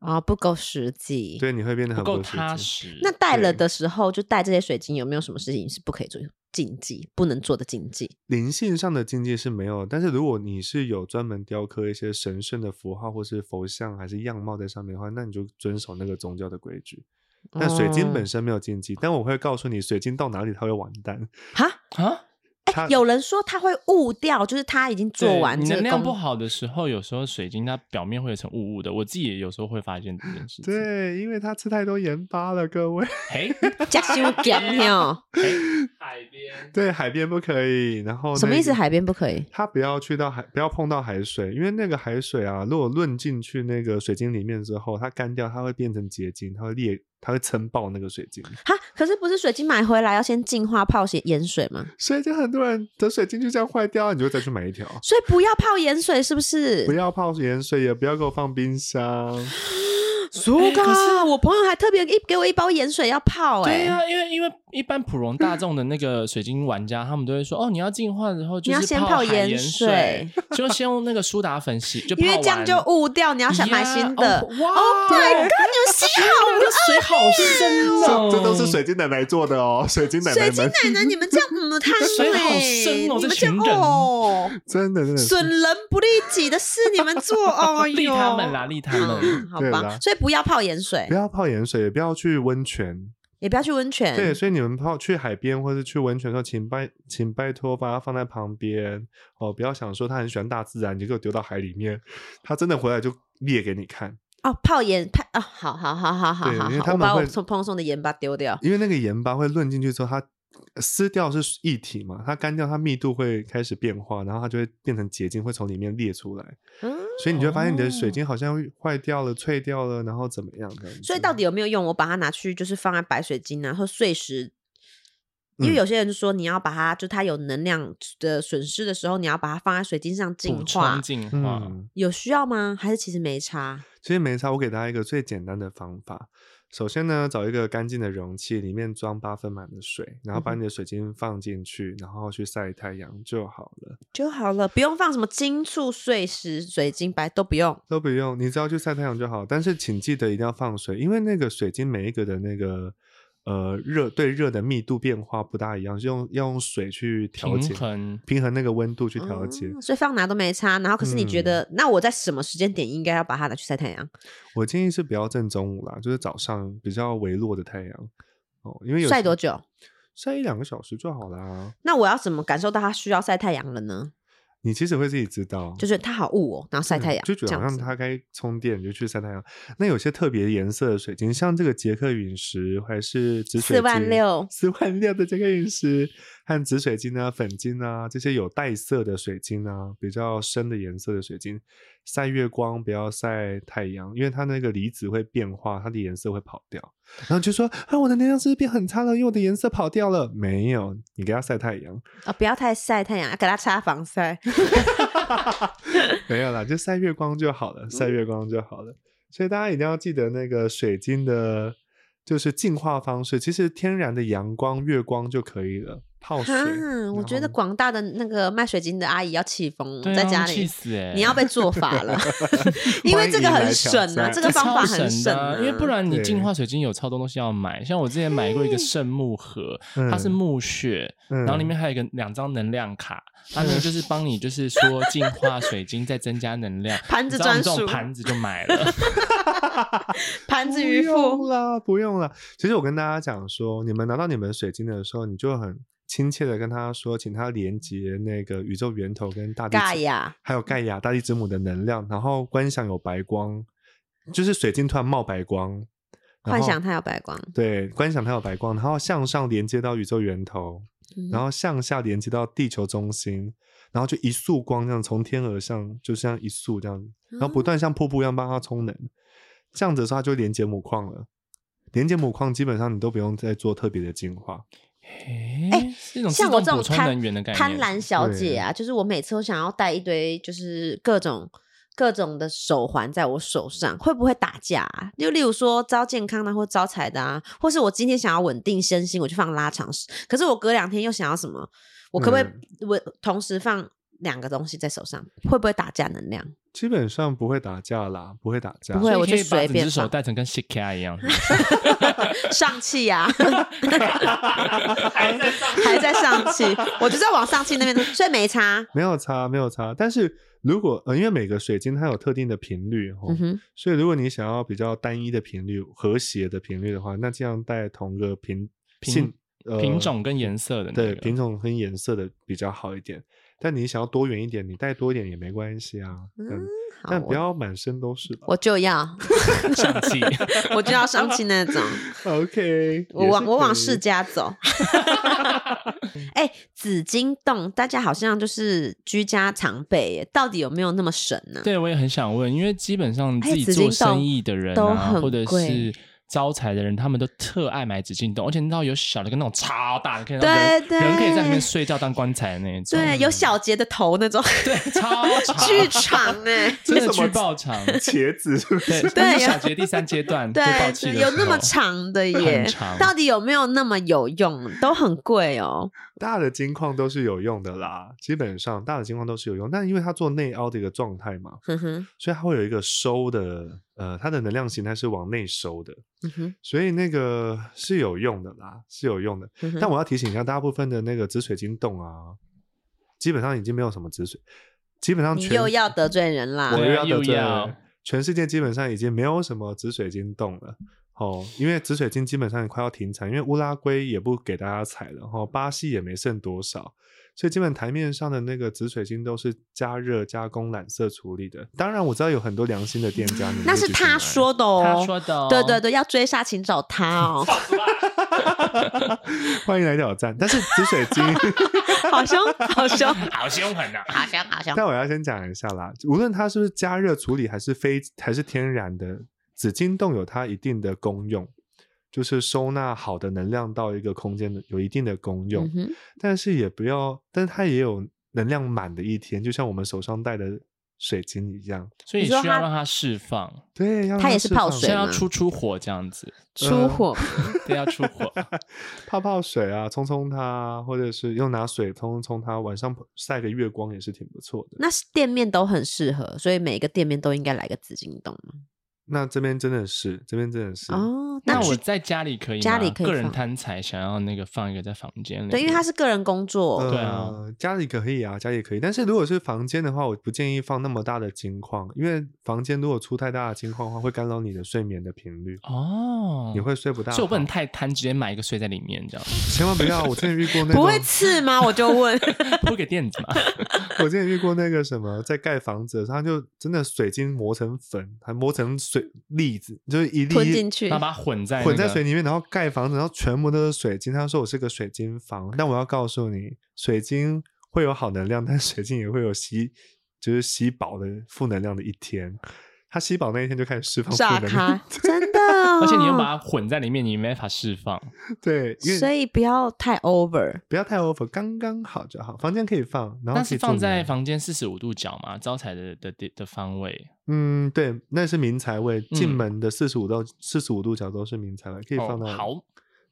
Speaker 3: 哦不够实际。
Speaker 1: 对，你会变得
Speaker 2: 不
Speaker 1: 很
Speaker 2: 够
Speaker 1: 实
Speaker 2: 踏
Speaker 1: 际
Speaker 2: 实。
Speaker 3: 那带了
Speaker 1: 对
Speaker 3: 的时候，就带这些水晶，有没有什么事情是不可以做禁忌、不能做的禁忌？
Speaker 1: 灵性上的禁忌是没有，但是如果你是有专门雕刻一些神圣的符号或是佛像还是样貌在上面的话，那你就遵守那个宗教的规矩。但水晶本
Speaker 3: 哦
Speaker 1: 身没有禁忌，但我会告诉你，水晶到哪里它会完蛋。
Speaker 3: 哈，
Speaker 2: 啊，
Speaker 1: 它
Speaker 3: 有人说他会雾掉，就是他已经做
Speaker 2: 对
Speaker 3: 完
Speaker 2: 你
Speaker 3: 这
Speaker 2: 能
Speaker 3: 个
Speaker 2: 量
Speaker 3: 工
Speaker 2: 不好的时候，有时候水晶它表面会有层雾雾的，我自己也有时候会发现这件事情。，
Speaker 1: 对，因为它吃太多盐巴了，各位。 [LAUGHS]
Speaker 2: 嘿，
Speaker 3: 加修减哟，
Speaker 5: 啊海边
Speaker 1: 对，海边不可以。然后
Speaker 3: 什么
Speaker 1: 那
Speaker 3: 意思？
Speaker 1: 个
Speaker 3: 海边不可以？
Speaker 1: 它不要去到海，不要碰到海水，因为那个海水啊，如果论进去那个水晶里面之后，它干掉，它会变成结晶，它会裂，它会撑爆那个水晶。
Speaker 3: 哈，可是不是水晶买回来要先净化泡些盐水吗？
Speaker 1: 所以就很多人的水晶就这样坏掉，你就再去买一条。
Speaker 3: 所以不要泡盐水，是不是
Speaker 1: 不？要泡盐水，也不要给我放冰箱。
Speaker 3: 苏
Speaker 2: 哎可是
Speaker 3: 哥，我朋友还特别一给我一包盐水要泡、欸，
Speaker 2: 对呀、啊因为因为一般普罗大众的那个水晶玩家，他们都会说，哦，你要净化然后就
Speaker 3: 你要
Speaker 2: 是
Speaker 3: 先
Speaker 2: 泡
Speaker 3: 泡
Speaker 2: 海
Speaker 3: 盐
Speaker 2: 盐
Speaker 3: 水，
Speaker 2: 就先用那个苏打粉洗，就
Speaker 3: 因为
Speaker 2: 泡
Speaker 3: 这样
Speaker 2: 完
Speaker 3: 就雾掉，你要想买
Speaker 2: 呀
Speaker 3: 新的。
Speaker 2: 哦哇！Oh my
Speaker 3: 那你们洗好啊
Speaker 2: 这水好深哦，
Speaker 1: 这这都是水晶奶奶做的哦，水晶奶奶
Speaker 3: 水
Speaker 1: 们
Speaker 3: 晶
Speaker 2: [LAUGHS]
Speaker 3: 奶奶，你们这样嗯，他
Speaker 2: 水好
Speaker 3: 欸
Speaker 2: 深哦
Speaker 3: 你
Speaker 2: 这
Speaker 3: 们这样
Speaker 2: 群人
Speaker 3: 哦，
Speaker 1: 真的真的是
Speaker 3: 损人不利己的事你们做， [LAUGHS] 哦
Speaker 2: 利
Speaker 3: 哟，
Speaker 2: 他们啦，利他们。
Speaker 3: 嗯，好
Speaker 1: 对
Speaker 3: 吧
Speaker 1: 啦，
Speaker 3: 所以不要泡盐水
Speaker 1: 不，要泡盐水，也不要去温泉。
Speaker 3: 也不要去温泉，
Speaker 1: 对，所以你们泡去海边或是去温泉的时候，请拜请拜托把它放在旁边哦，不要想说它很喜欢大自然，你就给我丢到海里面，它真的回来就裂给你看。
Speaker 3: 哦，泡盐泡啊，好好好好好
Speaker 1: 对
Speaker 3: 好
Speaker 1: 因为
Speaker 3: 好，
Speaker 1: 他
Speaker 3: 我
Speaker 1: 们
Speaker 3: 把我
Speaker 1: 会
Speaker 3: 从朋友送的盐巴丢掉，
Speaker 1: 因为那个盐巴会润进去之后，它撕掉是液体嘛，它干掉它密度会开始变化，然后它就会变成结晶，会从里面裂出来，
Speaker 3: 嗯，
Speaker 1: 所以你就会发现你的
Speaker 2: 哦
Speaker 1: 水晶好像坏掉了、脆掉了，然后怎么样的。
Speaker 3: 所以到底有没有用？我把它拿去就是放在白水晶啊，或碎石。因为
Speaker 1: 嗯
Speaker 3: 有些人就说你要把它，就它有能量的损失的时候，你要把它放在水晶上
Speaker 2: 补
Speaker 3: 净化
Speaker 2: 充，净化，
Speaker 1: 嗯，
Speaker 3: 有需要吗？还是其实没差？
Speaker 1: 其实没差，我给大家一个最简单的方法。首先呢，找一个干净的容器，里面装八分满的水，然后把
Speaker 3: 嗯哼
Speaker 1: 你的水晶放进去，然后去晒太阳就好了，
Speaker 3: 就好了，不用放什么金醋、碎石、水晶白都不用。
Speaker 1: 都不用，你只要去晒太阳就好。但是请记得一定要放水，因为那个水晶每一个的那个呃热对热的密度变化不大一样，是用要用水去调节
Speaker 2: 平衡
Speaker 1: 平衡那个温度去调节。
Speaker 3: 嗯所以放哪都没差。然后，可是你觉
Speaker 1: 嗯
Speaker 3: 得，那我在什么时间点应该要把它拿去晒太阳？
Speaker 1: 我建议是不要正中午啦，就是早上比较微弱的太阳哦，因为有
Speaker 3: 晒
Speaker 1: 时
Speaker 3: 多久？
Speaker 1: 晒一两个小时就好啦。
Speaker 3: 那我要怎么感受到它需要晒太阳了呢？
Speaker 1: 你其实会自己知道，
Speaker 3: 就是它好雾哦，然后晒
Speaker 1: 嗯
Speaker 3: 太阳，
Speaker 1: 就觉
Speaker 3: 这
Speaker 1: 得好
Speaker 3: 样
Speaker 1: 像
Speaker 3: 子。
Speaker 1: 它该充电，你就去晒太阳。那有些特别颜色的水晶，像这个杰克陨石还是紫水晶，[LAUGHS]
Speaker 3: 46000
Speaker 1: 四万六的杰克陨石和紫水晶啊、粉晶啊这些有带色的水晶啊，比较深的颜色的水晶，晒月光不要晒太阳，因为它那个离子会变化，它的颜色会跑掉。然后就说啊，我的能量是不是变很差了？因为我的颜色跑掉了。没有，你给它晒太阳。
Speaker 3: 啊、不要太晒太阳，要给它擦防晒。
Speaker 1: 没有啦，就晒月光就好了，
Speaker 3: 嗯
Speaker 1: 晒月光就好了。所以大家一定要记得那个水晶的，就是净化方式，其实天然的阳光、月光就可以了，泡水。
Speaker 3: 哈，我
Speaker 1: 然
Speaker 3: 觉得
Speaker 1: 后
Speaker 3: 广大的那个卖水晶的阿姨要气疯了，
Speaker 2: 对啊
Speaker 3: 在家
Speaker 2: 气
Speaker 3: 里。
Speaker 2: 死哎！
Speaker 3: 你要被做
Speaker 1: [LAUGHS]
Speaker 3: 法了，因为这个很省
Speaker 1: 欢迎
Speaker 3: 啊，
Speaker 1: 来挑战
Speaker 3: 这个方法很
Speaker 2: 省
Speaker 3: 省、啊，
Speaker 2: 因为不然你
Speaker 1: 对
Speaker 2: 净化水晶有超多东西要买。像我之前买过一个圣木盒，
Speaker 1: 嗯
Speaker 2: 它是木屑，
Speaker 1: 嗯
Speaker 2: 然后里面还有一个两张能量卡，它呢就是帮你就是说净化水晶，再增加能量。
Speaker 3: 盘子
Speaker 2: 你知道我们
Speaker 3: 专
Speaker 2: 这
Speaker 3: 属
Speaker 2: 种盘子就买了，
Speaker 3: [LAUGHS] 盘子
Speaker 1: 不
Speaker 3: 渔
Speaker 1: 用
Speaker 3: 夫
Speaker 1: 啦，不用啦。其实我跟大家讲说，你们拿到你们水晶的时候，你就很亲切的跟他说，请他连接那个宇宙源头跟大地
Speaker 3: 盖
Speaker 1: 之
Speaker 3: 亚，
Speaker 1: 还有盖亚大地之母的能量，然后观想有白光，就是水晶突然冒白光，然
Speaker 3: 幻
Speaker 1: 后
Speaker 3: 想它有白光，
Speaker 1: 对，观想它有白光，然后向上连接到宇宙源头，
Speaker 3: 嗯
Speaker 1: 然后向下连接到地球中心，然后就一束光这样从天而上，就像一束这样子，然
Speaker 3: 哦
Speaker 1: 后不
Speaker 3: 啊
Speaker 1: 断像瀑布一样帮它充能。这样子的时候，它就会连接母矿了。连接母矿基本上你都不用再做特别的进化，
Speaker 2: 哎，是一种自
Speaker 3: 像我
Speaker 2: 动
Speaker 3: 这种
Speaker 2: 补充
Speaker 3: 贪
Speaker 2: 能源的概念，
Speaker 3: 贪婪小姐啊，就是我每次都想要带一堆，就是各种各种的手环在我手上，会不会打架、啊？就例如说招健康的或招财的啊，或是我今天想要稳定身心，我就放拉长石，可是我隔两天又想要什么，我可不可以
Speaker 1: 嗯
Speaker 3: 我同时放两个东西在手上？会不会打架能量？
Speaker 1: 基本上不会打架啦，不会打架。
Speaker 3: 不
Speaker 2: 所
Speaker 3: 会
Speaker 2: 以
Speaker 3: 我
Speaker 2: 可以
Speaker 3: 就
Speaker 2: 把
Speaker 3: 随
Speaker 2: 整
Speaker 3: 便
Speaker 2: 只手
Speaker 3: 放
Speaker 2: 戴成跟 CK 一
Speaker 1: [LAUGHS]
Speaker 2: 样，
Speaker 3: 上气呀、
Speaker 5: 还在上
Speaker 3: [LAUGHS]
Speaker 5: 面
Speaker 3: 还在上气，我就在往上气那边，所以没差。
Speaker 1: 没有差，没有差。但是如果呃，因为每个水晶它有特定的频率，哦
Speaker 3: 嗯哼，
Speaker 1: 所以如果你想要比较单一的频率、和谐的频率的话，那这样带同个品
Speaker 2: 品
Speaker 1: 性、呃
Speaker 2: 品种跟颜色的那
Speaker 1: 对
Speaker 2: 个
Speaker 1: 品种跟颜色的比较好一点。但你想要多元一点，你带多一点也没关系啊。嗯，
Speaker 3: 好
Speaker 1: 但不
Speaker 3: 我
Speaker 1: 要满身都是吧。
Speaker 3: 我就要， [LAUGHS]
Speaker 1: [LAUGHS]
Speaker 2: 上气。
Speaker 3: 我就要上气那种。
Speaker 1: OK，
Speaker 3: 我往我往
Speaker 1: 世
Speaker 3: 世
Speaker 1: 界。
Speaker 3: 家走。 [LAUGHS] 哎、紫金洞，大家好像就是居家常备耶，到底有没有那么神呢、
Speaker 2: 对，我也很想问，因为基本上
Speaker 3: 哎
Speaker 2: 自己
Speaker 3: 紫
Speaker 2: 做
Speaker 3: 金豆
Speaker 2: 生意的人
Speaker 3: 都
Speaker 2: 啊，
Speaker 3: 很
Speaker 2: 或者
Speaker 3: 贵
Speaker 2: 是招财的人，他们都特爱买紫金豆，而且你知道有小的跟那种超大的，可以让
Speaker 3: 对
Speaker 2: 人人可以在里
Speaker 3: 对
Speaker 2: 面睡觉当棺材的那一种，嗯
Speaker 3: 对，有小杰的头那种
Speaker 2: [LAUGHS] 对，超
Speaker 3: [LAUGHS]
Speaker 2: 长，
Speaker 3: 剧场哎，
Speaker 2: [LAUGHS] 真的
Speaker 1: 这是什么
Speaker 2: 巨爆
Speaker 3: [LAUGHS]
Speaker 2: 长，
Speaker 1: 茄子是不是
Speaker 2: 对，
Speaker 3: 对
Speaker 2: 那是小节第三阶
Speaker 3: [LAUGHS]
Speaker 2: 段，
Speaker 3: 对
Speaker 2: 最爆气的
Speaker 3: 对，有
Speaker 2: 时
Speaker 3: 那么
Speaker 2: 候
Speaker 3: 长的耶
Speaker 2: 很长，
Speaker 3: 到底有没有那么有用？都很贵哦。
Speaker 1: 大的金矿都是有用的啦，基本上大的金矿都是有用，但因为它做内凹的一个状态嘛，
Speaker 3: 哼哼，
Speaker 1: 所以它会有一个收的，呃，它的能量形态是往内收的，
Speaker 3: 嗯哼，
Speaker 1: 所以那个是有用的啦，是有用的。
Speaker 3: 嗯哼
Speaker 1: 但我要提醒一下，大部分的那个紫水晶洞啊，基本上已经没有什么紫水，基本上
Speaker 3: 你
Speaker 1: 全
Speaker 3: 又要得罪人啦
Speaker 1: 我。
Speaker 2: 对啊
Speaker 1: 要得
Speaker 2: 又
Speaker 1: 罪
Speaker 2: 要
Speaker 1: 了全世界基本上已经没有什么紫水晶洞了。哦，因为紫水晶基本上也快要停产，因为乌拉圭也不给大家采了，哦，巴西也没剩多少，所以基本台面上的那个紫水晶都是加热、加工、染色处理的。当然，我知道有很多良心的店家，你们
Speaker 3: 那
Speaker 1: 会
Speaker 3: 是
Speaker 1: 去
Speaker 3: 他
Speaker 1: 买
Speaker 3: 说的哦，
Speaker 2: 他说的哦
Speaker 3: 对对对，要追杀请找他
Speaker 2: [LAUGHS]
Speaker 3: 哦，
Speaker 5: 跑出来。
Speaker 1: [LAUGHS] 欢迎来挑战。但是紫水晶，
Speaker 3: 好凶好凶，
Speaker 2: 好凶狠呐、啊
Speaker 3: 好凶好凶。
Speaker 1: 但我要先讲一下啦，无论它是不是加热处理，还是非还是天然的，紫晶洞有它一定的功用，就是收纳好的能量到一个空间的有呃一定的功用，
Speaker 3: 嗯哼，
Speaker 1: 但是也不要，但是它也有能量满的一天，就像我们手上戴的水晶一样，
Speaker 2: 所以
Speaker 3: 你
Speaker 2: 需
Speaker 3: 说
Speaker 2: 要
Speaker 3: 他
Speaker 2: 让它释放，
Speaker 1: 对，要让
Speaker 3: 它也
Speaker 1: 释
Speaker 3: 是泡
Speaker 1: 放
Speaker 3: 水
Speaker 2: 像
Speaker 3: 吗
Speaker 2: 要出出火这样
Speaker 3: [LAUGHS]
Speaker 2: 子，
Speaker 3: 出火
Speaker 2: 对，要出火，
Speaker 1: 泡泡水啊，冲冲它，或者是用拿水冲冲它，晚上晒个月光也是挺不错的。
Speaker 3: 那是店面都很适合，所以每个店面都应该来个紫金洞嘛
Speaker 1: 那这边真的是，这边真的是
Speaker 3: 哦，
Speaker 2: 那
Speaker 3: 去
Speaker 2: 我在家里可以吗，
Speaker 3: 家里可以
Speaker 2: 个人
Speaker 3: 放
Speaker 2: 贪财想要那个放一个在房间里，
Speaker 3: 对，因为它是个人工作，
Speaker 1: 呃
Speaker 2: 对啊，
Speaker 1: 家里可以啊，家里可以。但是如果是房间的话，我不建议放那么大的金矿，因为房间如果出太大的金矿的话，会干扰你的睡眠的频率，
Speaker 2: 哦，
Speaker 1: 你会睡不大好。
Speaker 2: 所以我不能太贪，直接买一个睡在里面这样，
Speaker 1: 千
Speaker 3: [LAUGHS]
Speaker 1: 万不要！我之前遇过那
Speaker 3: 不会
Speaker 1: 个，
Speaker 3: 刺吗？我就
Speaker 1: [LAUGHS]
Speaker 3: 问，
Speaker 2: 铺给垫子嘛，
Speaker 1: 我之前遇过那个什么，在盖房子的时候，他就真的水晶磨成粉，还磨成水粒子，就是一粒
Speaker 3: 吞
Speaker 1: 一
Speaker 3: 进去
Speaker 2: 然后。把它混在、那个、
Speaker 1: 混在水里面，然后盖房子，然后全部都是水晶。他说我是个水晶房，但我要告诉你，水晶会有好能量，但水晶也会有吸，就是吸饱的负能量的一天。它吸饱那一天就开始释放负
Speaker 2: 啊
Speaker 3: 炸
Speaker 1: 能量
Speaker 3: 开，，真的、哦，
Speaker 2: [LAUGHS] 而且你又把它混在里面，你没法释放。
Speaker 1: 对，因
Speaker 3: 所
Speaker 1: 为
Speaker 3: 以不要太 over，
Speaker 1: 不要太 over，刚刚好就好。房间可以放，然后
Speaker 2: 那
Speaker 1: 可
Speaker 2: 是
Speaker 1: 以做
Speaker 2: 放在
Speaker 1: 冥
Speaker 2: 房间四十五度角嘛，招财的的的的方位。
Speaker 1: 嗯，对，那是明财位，进
Speaker 2: 嗯
Speaker 1: 门的四十五到四十五度角都是明财位，可以放到、
Speaker 2: 哦、好，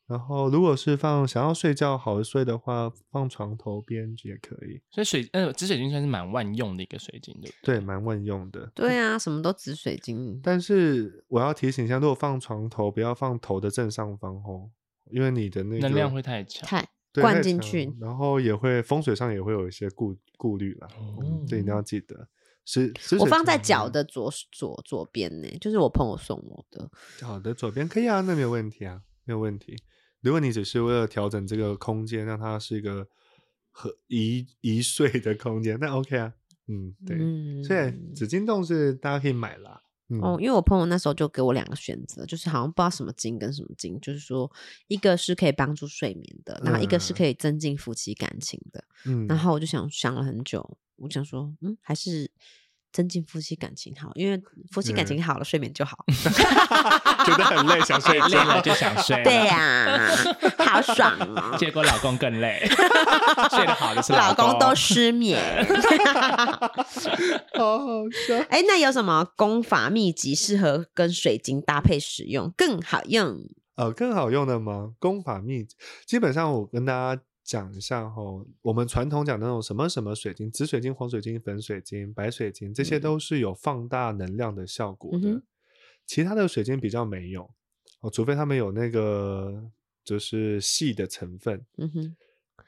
Speaker 1: 然后如果是放想要睡觉好睡的话，放床头边也可以，
Speaker 2: 所以水呃紫水晶算是蛮万用的一个水晶，对不对？
Speaker 1: 对，蛮万用的。
Speaker 3: 对啊，什么都紫水晶，
Speaker 1: 但是我要提醒一下，如果放床头，不要放头的正上方哦，因为你的那个
Speaker 2: 能量会太强。
Speaker 3: 太
Speaker 1: 对
Speaker 3: 灌
Speaker 1: 太
Speaker 3: 进
Speaker 1: 强
Speaker 3: 去
Speaker 1: 然后也会风水上也会有一些顾顾虑啦，
Speaker 2: 哦
Speaker 1: 嗯，这一定要记得。是，是
Speaker 3: 哦我
Speaker 1: 水
Speaker 3: 放
Speaker 1: 晶
Speaker 3: 在
Speaker 1: 吗
Speaker 3: 脚的左左左边呢，就是我朋友送我的。
Speaker 1: 脚的左边可以啊，那没有问题啊，没有问题。如果你只是为了调整这个空间，让它是一个和宜宜睡的空间，那 OK 啊，嗯，对。
Speaker 3: 嗯
Speaker 1: 所以紫金洞是大家可以买啦，嗯
Speaker 3: 哦，因为我朋友那时候就给我两个选择，就是好像不知道什么经跟什么经，就是说一个是可以帮助睡眠的，然后一个是
Speaker 1: 嗯
Speaker 3: 可以增进夫妻感情的。
Speaker 1: 嗯
Speaker 3: 然后我就想想了很久，我想说，嗯，还是增进夫妻感情好，因为夫妻感
Speaker 1: 嗯
Speaker 3: 情好了，睡眠就好。
Speaker 1: 觉得很累，想睡
Speaker 2: 累
Speaker 1: 觉。
Speaker 2: 了就想睡了，
Speaker 3: [LAUGHS]
Speaker 1: 啊
Speaker 3: 对啊呀，好爽
Speaker 1: [LAUGHS]
Speaker 3: 哦！
Speaker 2: 结果老公更累，
Speaker 3: [LAUGHS]
Speaker 2: 睡得好的是
Speaker 3: 老
Speaker 2: 公，
Speaker 3: 公
Speaker 1: 嗯
Speaker 3: 都失眠。
Speaker 1: [LAUGHS] 好好笑。
Speaker 3: 哎，那有什么功法秘籍适合跟水晶搭配使用更好用？
Speaker 1: 呃，更好用的吗？功法秘籍，基本上我跟大家讲一下吼，我们传统讲的那种什么什么水晶，紫水晶、红水晶、粉水晶、白水晶，这些都是有放大能量的效果的。
Speaker 3: 嗯哼
Speaker 1: 其他的水晶比较没有哦，除非他们有那个就是细的成分，
Speaker 3: 嗯哼，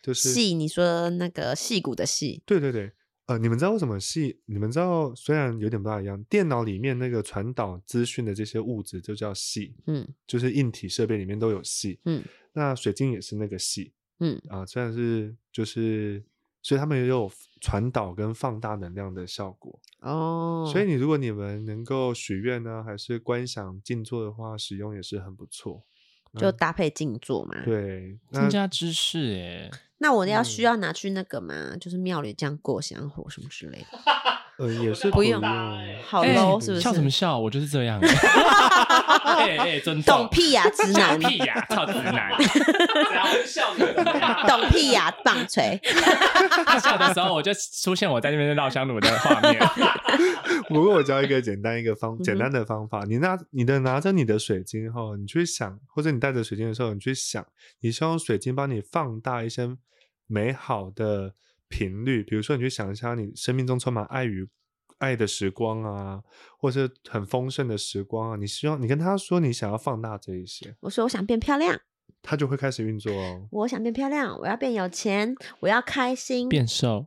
Speaker 1: 就是
Speaker 3: 细，你说那个细骨的细，
Speaker 1: 对对对，呃，你们知道为什么细？你们知道虽然有点不大一样，电脑里面那个传导资讯的这些物质就叫细，
Speaker 3: 嗯
Speaker 1: 就是硬体设备里面都有细。
Speaker 3: 嗯，
Speaker 1: 那水晶也是那个细
Speaker 3: 嗯
Speaker 1: 啊、虽然是就是，所以他们也有传导跟放大能量的效果。
Speaker 3: 哦，
Speaker 1: 所以你如果你们能够许愿呢，还是观想静坐的话，使用也是很不错。
Speaker 3: 就搭配静坐嘛。
Speaker 1: 嗯对，那
Speaker 2: 增加知识哎，
Speaker 3: 那我要
Speaker 1: 嗯
Speaker 3: 需要拿去那个嘛，就是庙里这样过香火什么之类的，
Speaker 1: 呃也是
Speaker 3: 不用好
Speaker 2: 哎
Speaker 3: low 是不是？
Speaker 2: 笑什么笑？我就是
Speaker 3: [LAUGHS]
Speaker 2: 这样 [LAUGHS] 哎，哎哎，尊重
Speaker 3: 懂屁呀、直男
Speaker 2: 笑！屁呀，操直男！
Speaker 5: 然后就笑你们啊，
Speaker 3: 懂屁呀、棒槌！
Speaker 2: 他笑的时候，我就出现我在那边绕香炉的画面。
Speaker 1: 不过我教一个简单一个方
Speaker 3: 嗯哼
Speaker 1: 简单的方法，你拿你的拿着你的水晶后，你去想，或者你带着水晶的时候，你去想，你希望水晶帮你放大一些美好的频率，比如说你去想一下你生命中充满爱与爱的时光啊，或是很丰盛的时光啊，你希望你跟他说你想要放大这一些，
Speaker 3: 我说我想变漂亮，
Speaker 1: 他就会开始运作哦。
Speaker 3: 我想变漂亮，我要变有钱，我要开
Speaker 2: [LAUGHS]
Speaker 3: 心，
Speaker 2: 变瘦，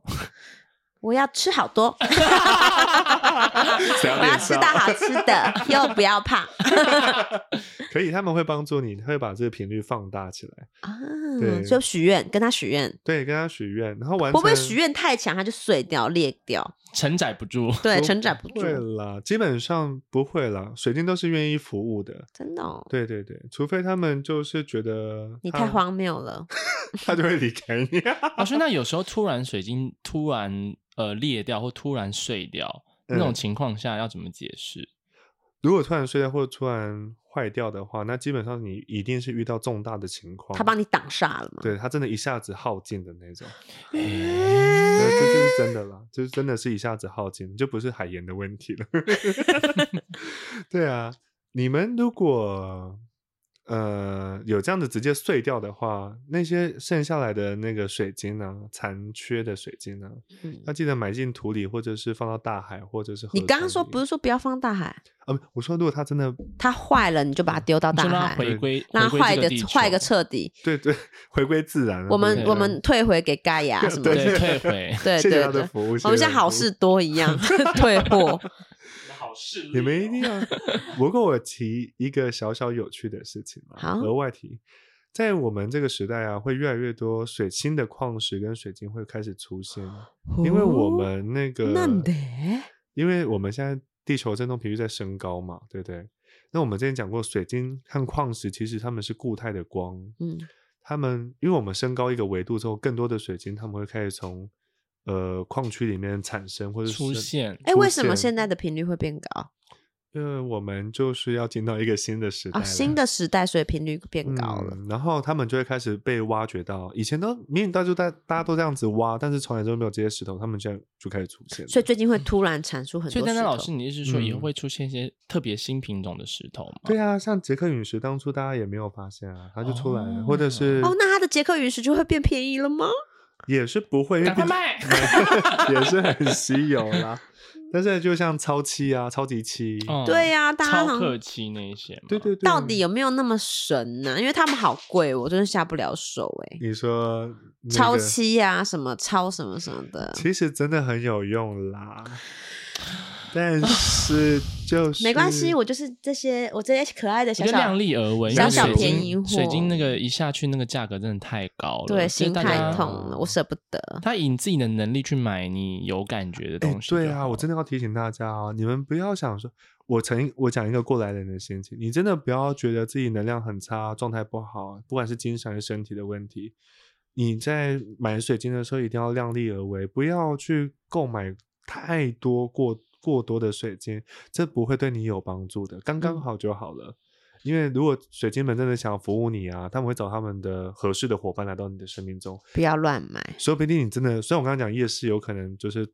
Speaker 3: 我要吃好多，
Speaker 1: 谁要
Speaker 3: 我要
Speaker 1: 变
Speaker 3: 吃
Speaker 1: 瘦
Speaker 3: 到好吃的，又不要
Speaker 1: [LAUGHS]
Speaker 3: 胖
Speaker 1: 可以，他们会帮助你，会把这个频率放大起来。
Speaker 3: 啊！
Speaker 1: 对
Speaker 3: 就许愿，跟他许愿，
Speaker 1: 对，跟他许愿，然后完成。
Speaker 3: 会不会许愿太强，它就碎掉、裂掉？
Speaker 2: 承载不住。
Speaker 3: 对，
Speaker 1: 不
Speaker 3: 承载不住，
Speaker 1: 会啦，基本上不会啦，水晶都是愿意服务的。
Speaker 3: 真的哦、
Speaker 1: 对对对，除非他们就是觉得
Speaker 3: 你
Speaker 1: 他
Speaker 3: 太，荒谬了，
Speaker 1: 他就会离开你。
Speaker 2: [LAUGHS]
Speaker 1: [LAUGHS]
Speaker 2: 老师，那有时候突然水晶突然呃裂掉或突然碎掉，那种
Speaker 1: 嗯
Speaker 2: 情况下要怎么解释？
Speaker 1: 如果突然睡掉或突然坏掉的话，那基本上你一定是遇到重大的情况。
Speaker 3: 他帮你挡煞了嘛？
Speaker 1: 对他真的一下子耗尽的那种，
Speaker 2: 哎
Speaker 1: 那这就是
Speaker 3: [LAUGHS]
Speaker 1: 真的啦，就是真的是一下子耗尽，就不是海盐的问题了。 [LAUGHS] 对啊，你们如果呃有这样子直接碎掉的话，那些剩下来的那个水晶啊，残缺的水晶啊，
Speaker 3: 嗯
Speaker 1: 要记得埋进土里，或者是放到大海，或者是河
Speaker 3: 你刚刚
Speaker 1: 川
Speaker 3: 说
Speaker 1: 里
Speaker 3: 不是说不要放大海，
Speaker 1: 啊？不我说如果它真的
Speaker 3: 它坏了你就把它丢到
Speaker 2: 你
Speaker 3: 大
Speaker 2: 就让它
Speaker 3: 海，
Speaker 2: 回归，
Speaker 3: 让它
Speaker 2: 回
Speaker 3: 坏
Speaker 2: 归这
Speaker 3: 一个
Speaker 2: 地球
Speaker 3: 坏一
Speaker 2: [LAUGHS]
Speaker 3: 个彻底。
Speaker 1: 对对 [LAUGHS] 回归自然了，
Speaker 3: 我们
Speaker 1: 对
Speaker 3: 我们退回给盖亚什么的，
Speaker 2: 对退回。 [LAUGHS]
Speaker 3: [LAUGHS] 对
Speaker 1: 谢谢
Speaker 3: 对
Speaker 1: 他的啊
Speaker 3: 对，
Speaker 1: 服务，
Speaker 3: 我们像好
Speaker 1: 事。
Speaker 3: 事多一
Speaker 1: [LAUGHS]
Speaker 3: 样退货。
Speaker 5: 好势力哦，
Speaker 1: 你们一定要。不过我提一个小小有趣的事情啊，
Speaker 3: 好
Speaker 1: 额外提，在我们这个时代啊，会越来越多水新的矿石跟水晶会开始出现，因为
Speaker 3: 哦
Speaker 1: 我们那个，
Speaker 3: なんで
Speaker 1: 因为我们现在地球振动频率在升高嘛，对不对？那我们之前讲过，水晶和矿石其实它们是固态的光，
Speaker 3: 嗯，
Speaker 1: 它们因为我们升高一个维度之后，更多的水晶它们会开始从呃矿区里面产生或者
Speaker 2: 出现
Speaker 3: 哎，为什么
Speaker 1: 现
Speaker 3: 现在的频率会变高
Speaker 1: 因为我们就是要进到一个新的时代
Speaker 3: 啊？
Speaker 1: 了、
Speaker 3: 新的时代，所以频率变高了。
Speaker 1: 嗯然后他们就会开始被挖掘到。以前都明明大家就大大家都这样子挖，但是从来都没有这些石头，他们现在就开始出现了。
Speaker 3: 所以最近会突然产出很
Speaker 2: 所以
Speaker 3: 多
Speaker 2: 丹丹
Speaker 3: 石
Speaker 2: 老
Speaker 3: 头
Speaker 2: 师，你的意思是说以后
Speaker 1: 嗯
Speaker 2: 会出现一些特别新品种的石头吗？
Speaker 1: 对啊，像捷克陨石，当初大家也没有发现啊，它就出来了，或者
Speaker 2: 哦
Speaker 1: 是
Speaker 3: 哦，那它的捷克陨石就会变便宜了吗？
Speaker 1: 也是不会，因为
Speaker 2: 赶快
Speaker 1: 毕竟
Speaker 2: 卖！ [LAUGHS]
Speaker 1: 也是很稀有啦。但是就像超七啊、超级七，
Speaker 2: 嗯
Speaker 3: 对呀大家
Speaker 2: 超
Speaker 3: 好像
Speaker 2: 客气那一些嘛。
Speaker 1: 对对啊对，
Speaker 3: 到底有没有那么神呢？因为他们好贵，我真的下不了手哎。
Speaker 1: 你说、那
Speaker 3: 超啊
Speaker 1: 个
Speaker 3: 期呀，什么超什么什么的，
Speaker 1: 其实真的很有用啦。但是就是
Speaker 3: 没关系，我就是这些，我这些可爱的
Speaker 2: 我
Speaker 3: 小
Speaker 2: 觉得
Speaker 3: 小
Speaker 2: 量力而为，
Speaker 3: 小
Speaker 2: 因为
Speaker 3: 小
Speaker 2: 水
Speaker 3: 便
Speaker 2: 晶
Speaker 3: 宜货
Speaker 2: 水晶那个一下去，那个价格真的太高了，
Speaker 3: 对，
Speaker 2: 所以
Speaker 3: 心
Speaker 2: 大
Speaker 3: 太
Speaker 2: 家
Speaker 3: 痛了，我舍不得。
Speaker 2: 他以自己的能力去买你有感觉的
Speaker 1: 哎
Speaker 2: 东西就好、
Speaker 1: 对啊，我真的要提醒大家啊，你们不要想说，我曾我讲一个过来人的心情，你真的不要觉得自己能量很差，状态不好，不管是精神还是身体的问题。你在买水晶的时候一定要量力而为，不要去购买太多过过多的水晶，这不会对你有帮助的，刚
Speaker 2: 嗯
Speaker 1: 刚好就好了。因为如果水晶们真的想要服务你啊，他们会找他们的合适的伙伴来到你的生命中，
Speaker 3: 不要乱买，
Speaker 1: 说不定你真的，虽然我刚刚讲夜市有可能就是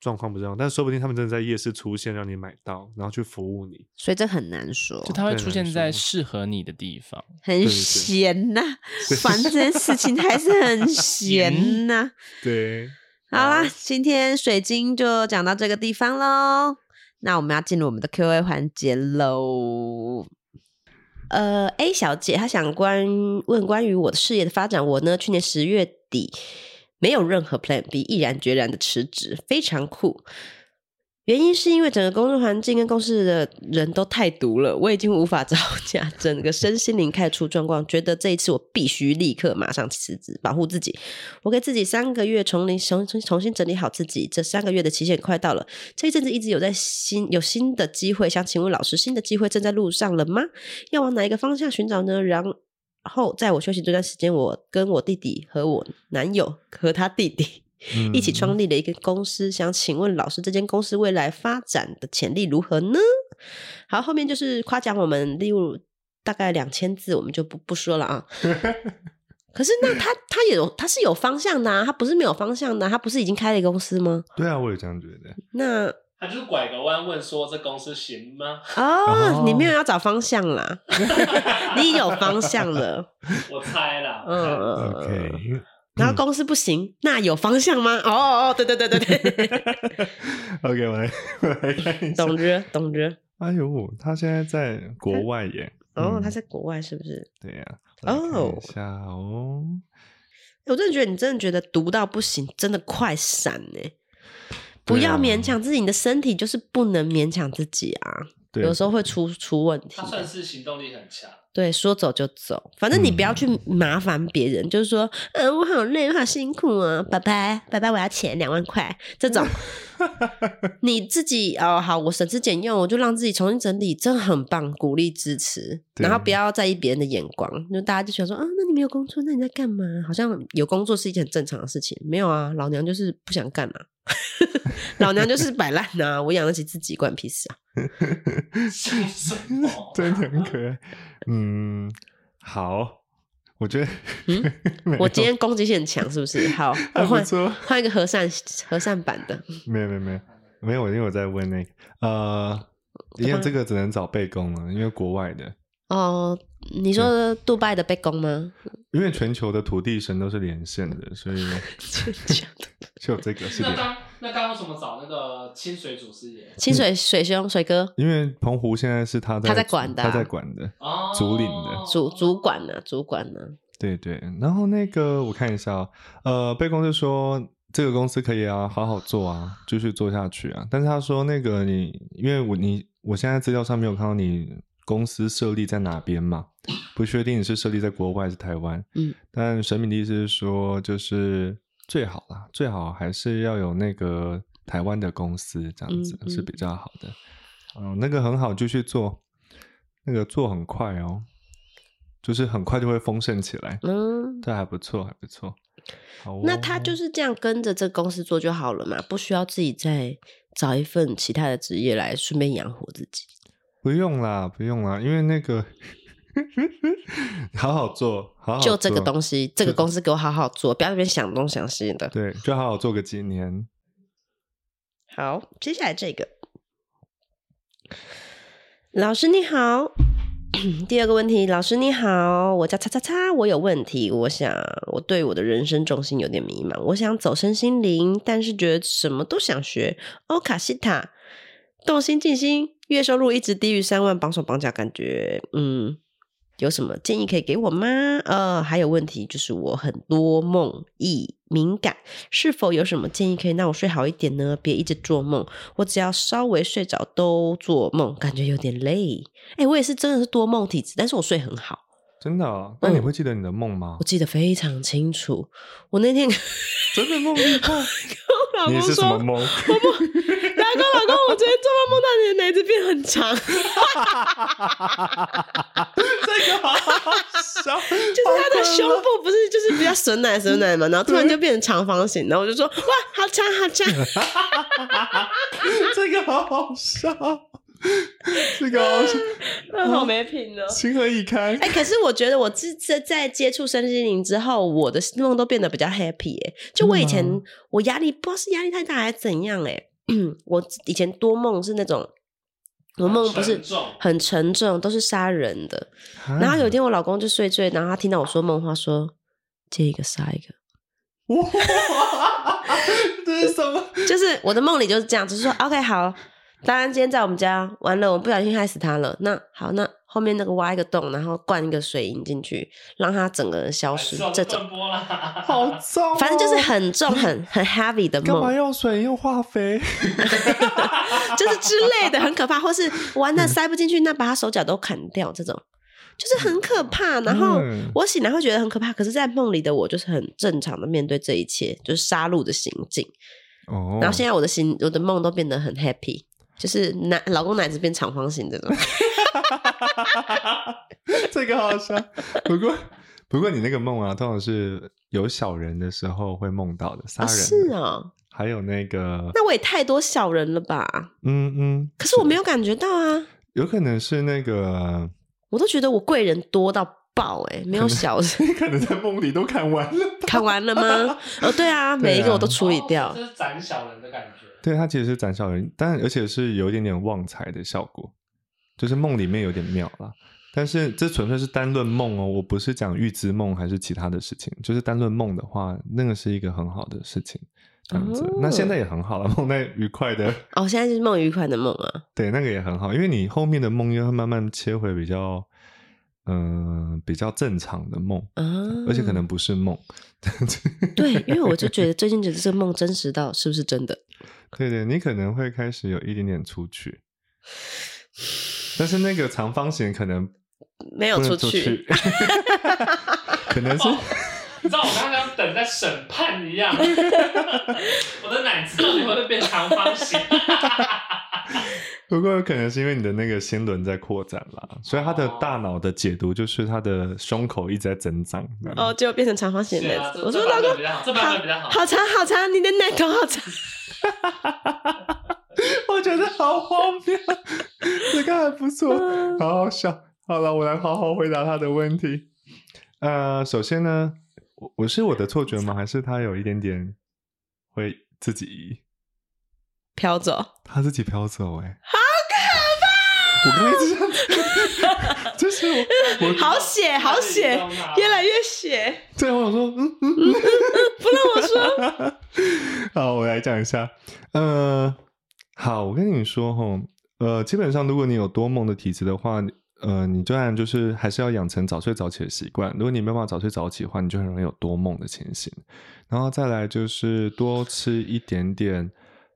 Speaker 1: 状况不这样，但说不定他们真的在夜市出现，让你买到，然后去服务你。
Speaker 3: 所以这很难说，
Speaker 2: 就它会
Speaker 1: 哦对
Speaker 2: 出
Speaker 1: 来
Speaker 2: 现
Speaker 1: 说
Speaker 2: 在适合你的地方。
Speaker 3: 很
Speaker 1: 对 [LAUGHS]
Speaker 3: 闲呐、烦这件事情还是很闲呐、
Speaker 1: 对，
Speaker 3: 好啦，今天水晶就讲到这个地方喽。那我们要进入我们的 Q&A 环节喽。呃，A 小姐她想关问关于我的事业的发展，我呢去年十月底没有任何 Plan B，毅然决然的辞职，非常酷。原因是因为整个工作环境跟公司的人都太毒了，我已经无法 [LAUGHS] 招架，整个身心灵开始出状况，觉得这一次我必须立刻马上辞职，保护自己。我给自己三个月重零重重重新整理好自己，这三个月的期限快到了。这一阵子一直有在新有新的机会，想请问老师，新的机会正在路上了吗？要往哪一个方向寻找呢？然后在我休息这段时间，我跟我弟弟和我男友和他弟弟一
Speaker 1: 嗯
Speaker 3: 起创立了一个公司，想请问老师，这间公司未来发展的潜力如何呢？好，后面就是夸奖我们，例如大概两千字，我们就不不说
Speaker 1: [LAUGHS]
Speaker 3: 了啊。可是那他他也有他是有方向的啊，他不是没有方向的啊、他不是已经开了一个公司吗？
Speaker 1: 对啊，我也这样觉得。
Speaker 3: 那
Speaker 1: 哦
Speaker 5: 他就是拐个弯问说这公司行吗？ [LAUGHS]
Speaker 3: 哦
Speaker 1: 哦，
Speaker 3: 你没有要找方向啦，
Speaker 1: [LAUGHS]
Speaker 3: 你有方向了，
Speaker 5: 我猜啦，
Speaker 3: 嗯嗯
Speaker 5: 嗯，
Speaker 3: 嗯
Speaker 1: OK， [LAUGHS]
Speaker 3: 然后公司不行，那有方向吗？哦哦，哦，对对对对
Speaker 1: [LAUGHS]
Speaker 3: 对，
Speaker 1: OK，我来我来看一下。
Speaker 3: 懂着懂着。
Speaker 1: 哎呦，他现在在国外耶。
Speaker 3: 哦，
Speaker 1: 嗯
Speaker 3: 他在国外是不是？
Speaker 1: 对呀、啊。我来看
Speaker 3: 哦
Speaker 1: 一下哦。
Speaker 3: 我真的觉得你真的觉得读到不行，真的快闪呢、不
Speaker 1: 对
Speaker 3: 要
Speaker 1: 啊
Speaker 3: 勉强自己，你的身体就是不能勉强自己啊，
Speaker 1: 对，
Speaker 3: 有时候会出出问题
Speaker 5: 他
Speaker 3: 的。
Speaker 5: 算是行动力很强，
Speaker 3: 对，说走就走，反正你不要去麻烦别人，就是说，嗯，我好累，我好辛苦啊，拜拜，拜拜，我要钱两万块这种，你自己哦，好，我省吃俭用，我就让自己重新整理，真的很棒，鼓励支持，然后
Speaker 1: 对？
Speaker 3: 不要在意别人的眼光，就大家就想说，啊，那你没有工作，那你在干嘛？好像有工作是一件很正常的事情，没有啊，老娘就是不想干啊， [LAUGHS] 老娘就是摆烂啊，我养得起自己，关你屁事啊，
Speaker 5: 是什么
Speaker 1: 真的很可爱。嗯，好，我觉得， [LAUGHS] 没
Speaker 3: 嗯我
Speaker 1: 有
Speaker 3: 今天攻击性很强，是
Speaker 1: [LAUGHS]
Speaker 3: 不是？好，我
Speaker 1: 还不
Speaker 3: 换。
Speaker 1: 错。嗯
Speaker 3: 换一个和善和善版的，
Speaker 1: 没有没有没有没有，因为我在问那个呃，
Speaker 3: 怎
Speaker 1: 因
Speaker 3: 么
Speaker 1: 为
Speaker 3: 了
Speaker 1: 这个只能找背公了，因为国外的，
Speaker 3: 哦，你说的杜拜的背
Speaker 1: [LAUGHS]
Speaker 3: 公吗？
Speaker 1: 因为全球的土地神都是连线的，所以 [LAUGHS] 就有这个是
Speaker 5: 那
Speaker 1: 连。
Speaker 5: 刚那刚刚为什么找那个清水祖师爷？
Speaker 3: 清水水兄水哥
Speaker 1: 因为澎湖现在是他在
Speaker 3: 他在管的啊
Speaker 1: 他在管的，
Speaker 5: 哦，
Speaker 1: 竹林的
Speaker 3: 主主管呢、主管啊呢、
Speaker 1: 对对。然后那个我看一下、哦，呃，背公就说这个公司可以啊，好好做啊，继续做下去啊。但是他说那个你，因为我你我现在资料上没有看到你公司设立在哪边嘛，不确定你是设立在国外还是台湾。
Speaker 3: 嗯，
Speaker 1: 但神明的意思是说，就是最好啦，最好还是要有那个台湾的公司这样子、
Speaker 3: 嗯嗯
Speaker 1: 是比较好的。嗯，那个很好，就去做，那个做很快哦，就是很快就会丰盛起来。
Speaker 3: 嗯，
Speaker 1: 这还不错，还不错。好哦
Speaker 3: 那他就是这样跟着这公司做就好了嘛，不需要自己再找一份其他的职业来顺便养活自己。
Speaker 1: 不用啦，不用啦，因为那个 [LAUGHS] 好好做，好好
Speaker 3: 就这个
Speaker 1: 做
Speaker 3: 东西，这个公司给我好好做，不要在那边想东想西的。
Speaker 1: 对，就好好做个几年。
Speaker 3: 好，接下来这个，老师你好。 [COUGHS] 第二个问题，老师你好，我叫叉叉叉，我有问题，我想我对我的人生重心有点迷茫，我想走身心灵，但是觉得什么都想学，欧卡西塔，动心静心，月收入一直低于三万，绑手绑脚，感觉嗯，有什么建议可以给我吗？呃，还有问题就是我很多梦呓敏感，是否有什么建议可以让我睡好一点呢？别一直做梦，我只要稍微睡着都做梦，感觉有点累。哎，我也是真的是多梦体质，但是我睡很好，
Speaker 1: 真的啊、那
Speaker 3: 嗯
Speaker 1: 你会记得你的梦
Speaker 3: [LAUGHS]
Speaker 1: 吗
Speaker 3: 我？记得非常清楚。我那天跟
Speaker 1: 真的梦厉害，
Speaker 3: 我老
Speaker 1: 你
Speaker 3: 公
Speaker 1: 是什么
Speaker 3: 说，老公
Speaker 1: 梦？ [LAUGHS]
Speaker 3: 老公，我昨天做梦梦到你的奶子变很长，就是
Speaker 1: [LAUGHS] 这个好好笑，
Speaker 3: [LAUGHS]
Speaker 1: 就是
Speaker 3: 他的胸部不是就是比较损奶损奶嘛，然后突然就变成长方形，然后我就说哇，好长
Speaker 1: [LAUGHS]
Speaker 3: 好 [LAUGHS] 长。
Speaker 1: 这个好好笑，这个好笑，
Speaker 3: 好没品哦。
Speaker 1: 情何以堪？
Speaker 3: 哎、可是我觉得我自这在接触身心灵之后，我的梦都变得比较 happy 哎、就我以前
Speaker 5: 嗯
Speaker 1: 真的吗
Speaker 3: 我压力不知道是压力太大还是怎样哎、我以前多梦是那种我梦不是
Speaker 5: 沉重啊
Speaker 3: 很沉重，都是杀人的。哎然后有一天我老公就睡睡，然后他听到我说梦话说接一个杀一个， [LAUGHS]
Speaker 1: 哇，啊这是什么？
Speaker 3: 就是我的梦里就是这样，只是说 OK 好，当然今天在我们家完了，我不小心害死他了。那好，那后面那个挖一个洞，然后灌一个水银进去，让他整个人
Speaker 5: 哎
Speaker 3: 消失，这种
Speaker 5: 波啦，
Speaker 1: 好重哦、
Speaker 3: 反正就是很重、很很 heavy 的
Speaker 1: 干嘛
Speaker 3: 梦，
Speaker 1: 用水用化肥？
Speaker 3: 就是之类的，很可怕，或是玩的塞不进去，那把他手脚都砍掉，这种就是很可怕。然后
Speaker 1: 嗯
Speaker 3: 我醒来会觉得很可怕，可是，在梦里的我就是很正常的面对这一切，就是杀戮的行径。
Speaker 1: 哦
Speaker 3: 然后现在我的心，我的梦都变得很 happy，就是奶老公奶子变长方形这种。
Speaker 1: 这个好笑。 [LAUGHS] 不过不过你那个梦啊，通常是有小人的时候会梦到的，杀
Speaker 3: 啊
Speaker 1: 人、
Speaker 3: 是，哦，
Speaker 1: 还有那个，
Speaker 3: 那我也太多小人了吧？
Speaker 1: 嗯嗯，
Speaker 3: 可是我没有感觉到啊，
Speaker 1: 有可能是那个， [LAUGHS]
Speaker 3: 我都觉得我贵人多到爆哎、没有小人。
Speaker 1: 可能在梦里都看完了。
Speaker 3: [LAUGHS] 看完了吗？哦，对啊，每一个我都处理掉
Speaker 5: 哦。这是斩小人的感觉。
Speaker 1: 对，它其实是斩小人，但而且是有一点点旺财的效果，就是梦里面有点妙啦。但是这纯粹是单论梦哦，我不是讲预知梦还是其他的事情，就是单论梦的话，那个是一个很好的事情，这样子。那现在也很好了，梦在愉快的，
Speaker 3: 哦，现在是梦愉快的梦啊，
Speaker 1: 对，那个也很好，因为你后面的梦又会慢慢切回比较，嗯、比较正常的梦，
Speaker 3: 啊，
Speaker 1: 而且可能不是梦。
Speaker 3: 对，因为我就觉得最近觉得这个梦真实到是不是真的？
Speaker 1: 对对，你可能会开始有一点点出去，但是那个长方形可能
Speaker 3: 没有
Speaker 1: 不能
Speaker 3: 出去，，
Speaker 1: [LAUGHS] 可能是
Speaker 5: 哦你知道我刚刚等在审判一
Speaker 3: [LAUGHS]
Speaker 5: 样，我的奶子到底会不会变长方形？
Speaker 1: 不过可能是因为你的那个心轮在扩展啦，所以他的大脑的解读就是他的胸口一直在增长。
Speaker 3: 哦，，结果变成长方形
Speaker 5: 是
Speaker 3: 的
Speaker 5: 啊
Speaker 3: 样
Speaker 5: 这
Speaker 3: 子。我说
Speaker 5: 这
Speaker 3: 老
Speaker 5: 版本
Speaker 3: 公
Speaker 5: 比较好，这版本比较好。
Speaker 3: 好长好长，你的奶头好长。
Speaker 1: 我觉得好荒谬， [LAUGHS] 这个还不错，好好笑。好了，我来好好回答他的问题。呃，首先呢，我我是我的错觉吗？还是他有一点点会自己移？
Speaker 3: 飘走，
Speaker 1: 他自己飘走、欸，哎，好可怕！我刚刚一直想， [LAUGHS] 就是我，我
Speaker 3: 好血好血，
Speaker 5: 啊
Speaker 3: 越来越血，
Speaker 1: 对，我想说，嗯嗯，
Speaker 3: [LAUGHS] 不让我说。
Speaker 1: [LAUGHS] 好，我来讲一下，呃，好，我跟你说吼，呃，基本上如果你有多梦的体质的话，呃，你当然就是还是要养成早睡早起的习惯。如果你没有办法早睡早起的话，你就很容易有多梦的情形。然后再来就是多吃一点点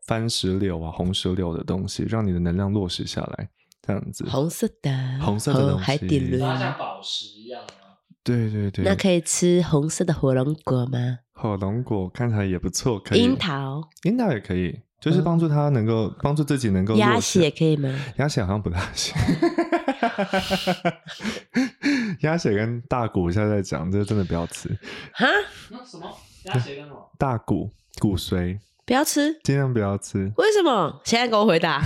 Speaker 1: 番石榴啊、红石榴的东西，让你的能量落实下来，这样子。
Speaker 3: 红色的，
Speaker 1: 红色的东西
Speaker 3: 和海底
Speaker 5: 它
Speaker 3: 轮，
Speaker 5: 像宝石一样啊！
Speaker 1: 对对对，
Speaker 3: 那可以吃红色的火龙果吗？
Speaker 1: 火龙果看起来也不错，可以。
Speaker 3: 樱，桃
Speaker 1: 樱桃也可以，就是帮助他能够、帮助自己能够
Speaker 3: 鸭
Speaker 1: 落实
Speaker 3: 血可以吗？
Speaker 1: 鸭血好像不大行。 [LAUGHS] 鸭血跟大骨现在在讲，这真的不要吃。
Speaker 3: 哈，
Speaker 5: 那什么鸭血跟什么？
Speaker 1: 大骨骨髓
Speaker 3: 不要吃，
Speaker 1: 尽量不要吃。
Speaker 3: 为什么？现在给我回 [LAUGHS] 答，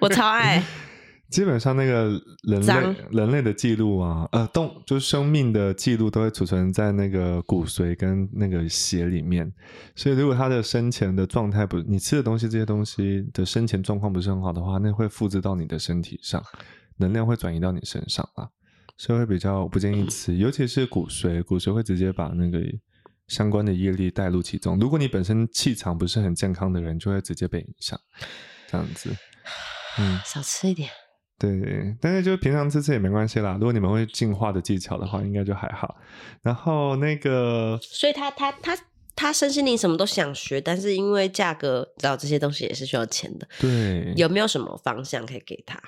Speaker 3: 我超爱。
Speaker 1: 基本上那个人类
Speaker 3: 脏
Speaker 1: 人类的记录啊，呃，动就是生命的记录都会储存在那个骨髓跟那个血里面，所以如果他的生前的状态不，你吃的东西这些东西的生前状况不是很好的话，那会复制到你的身体上，能量会转移到你身上啊，所以会比较不建议吃，尤其是骨髓，骨髓会直接把那个相关的业力带入其中。如果你本身气场不是很健康的人，就会直接被影响，这样子，嗯。
Speaker 3: 少吃一点。
Speaker 1: 对，但是就平常吃吃也没关系啦。如果你们会进化的技巧的话，应该就还好。然后那个
Speaker 3: 所以他他他他身心灵什么都想学，但是因为价格，你知道这些东西也是需要钱的，
Speaker 1: 对，
Speaker 3: 有没有什么方向可以给他？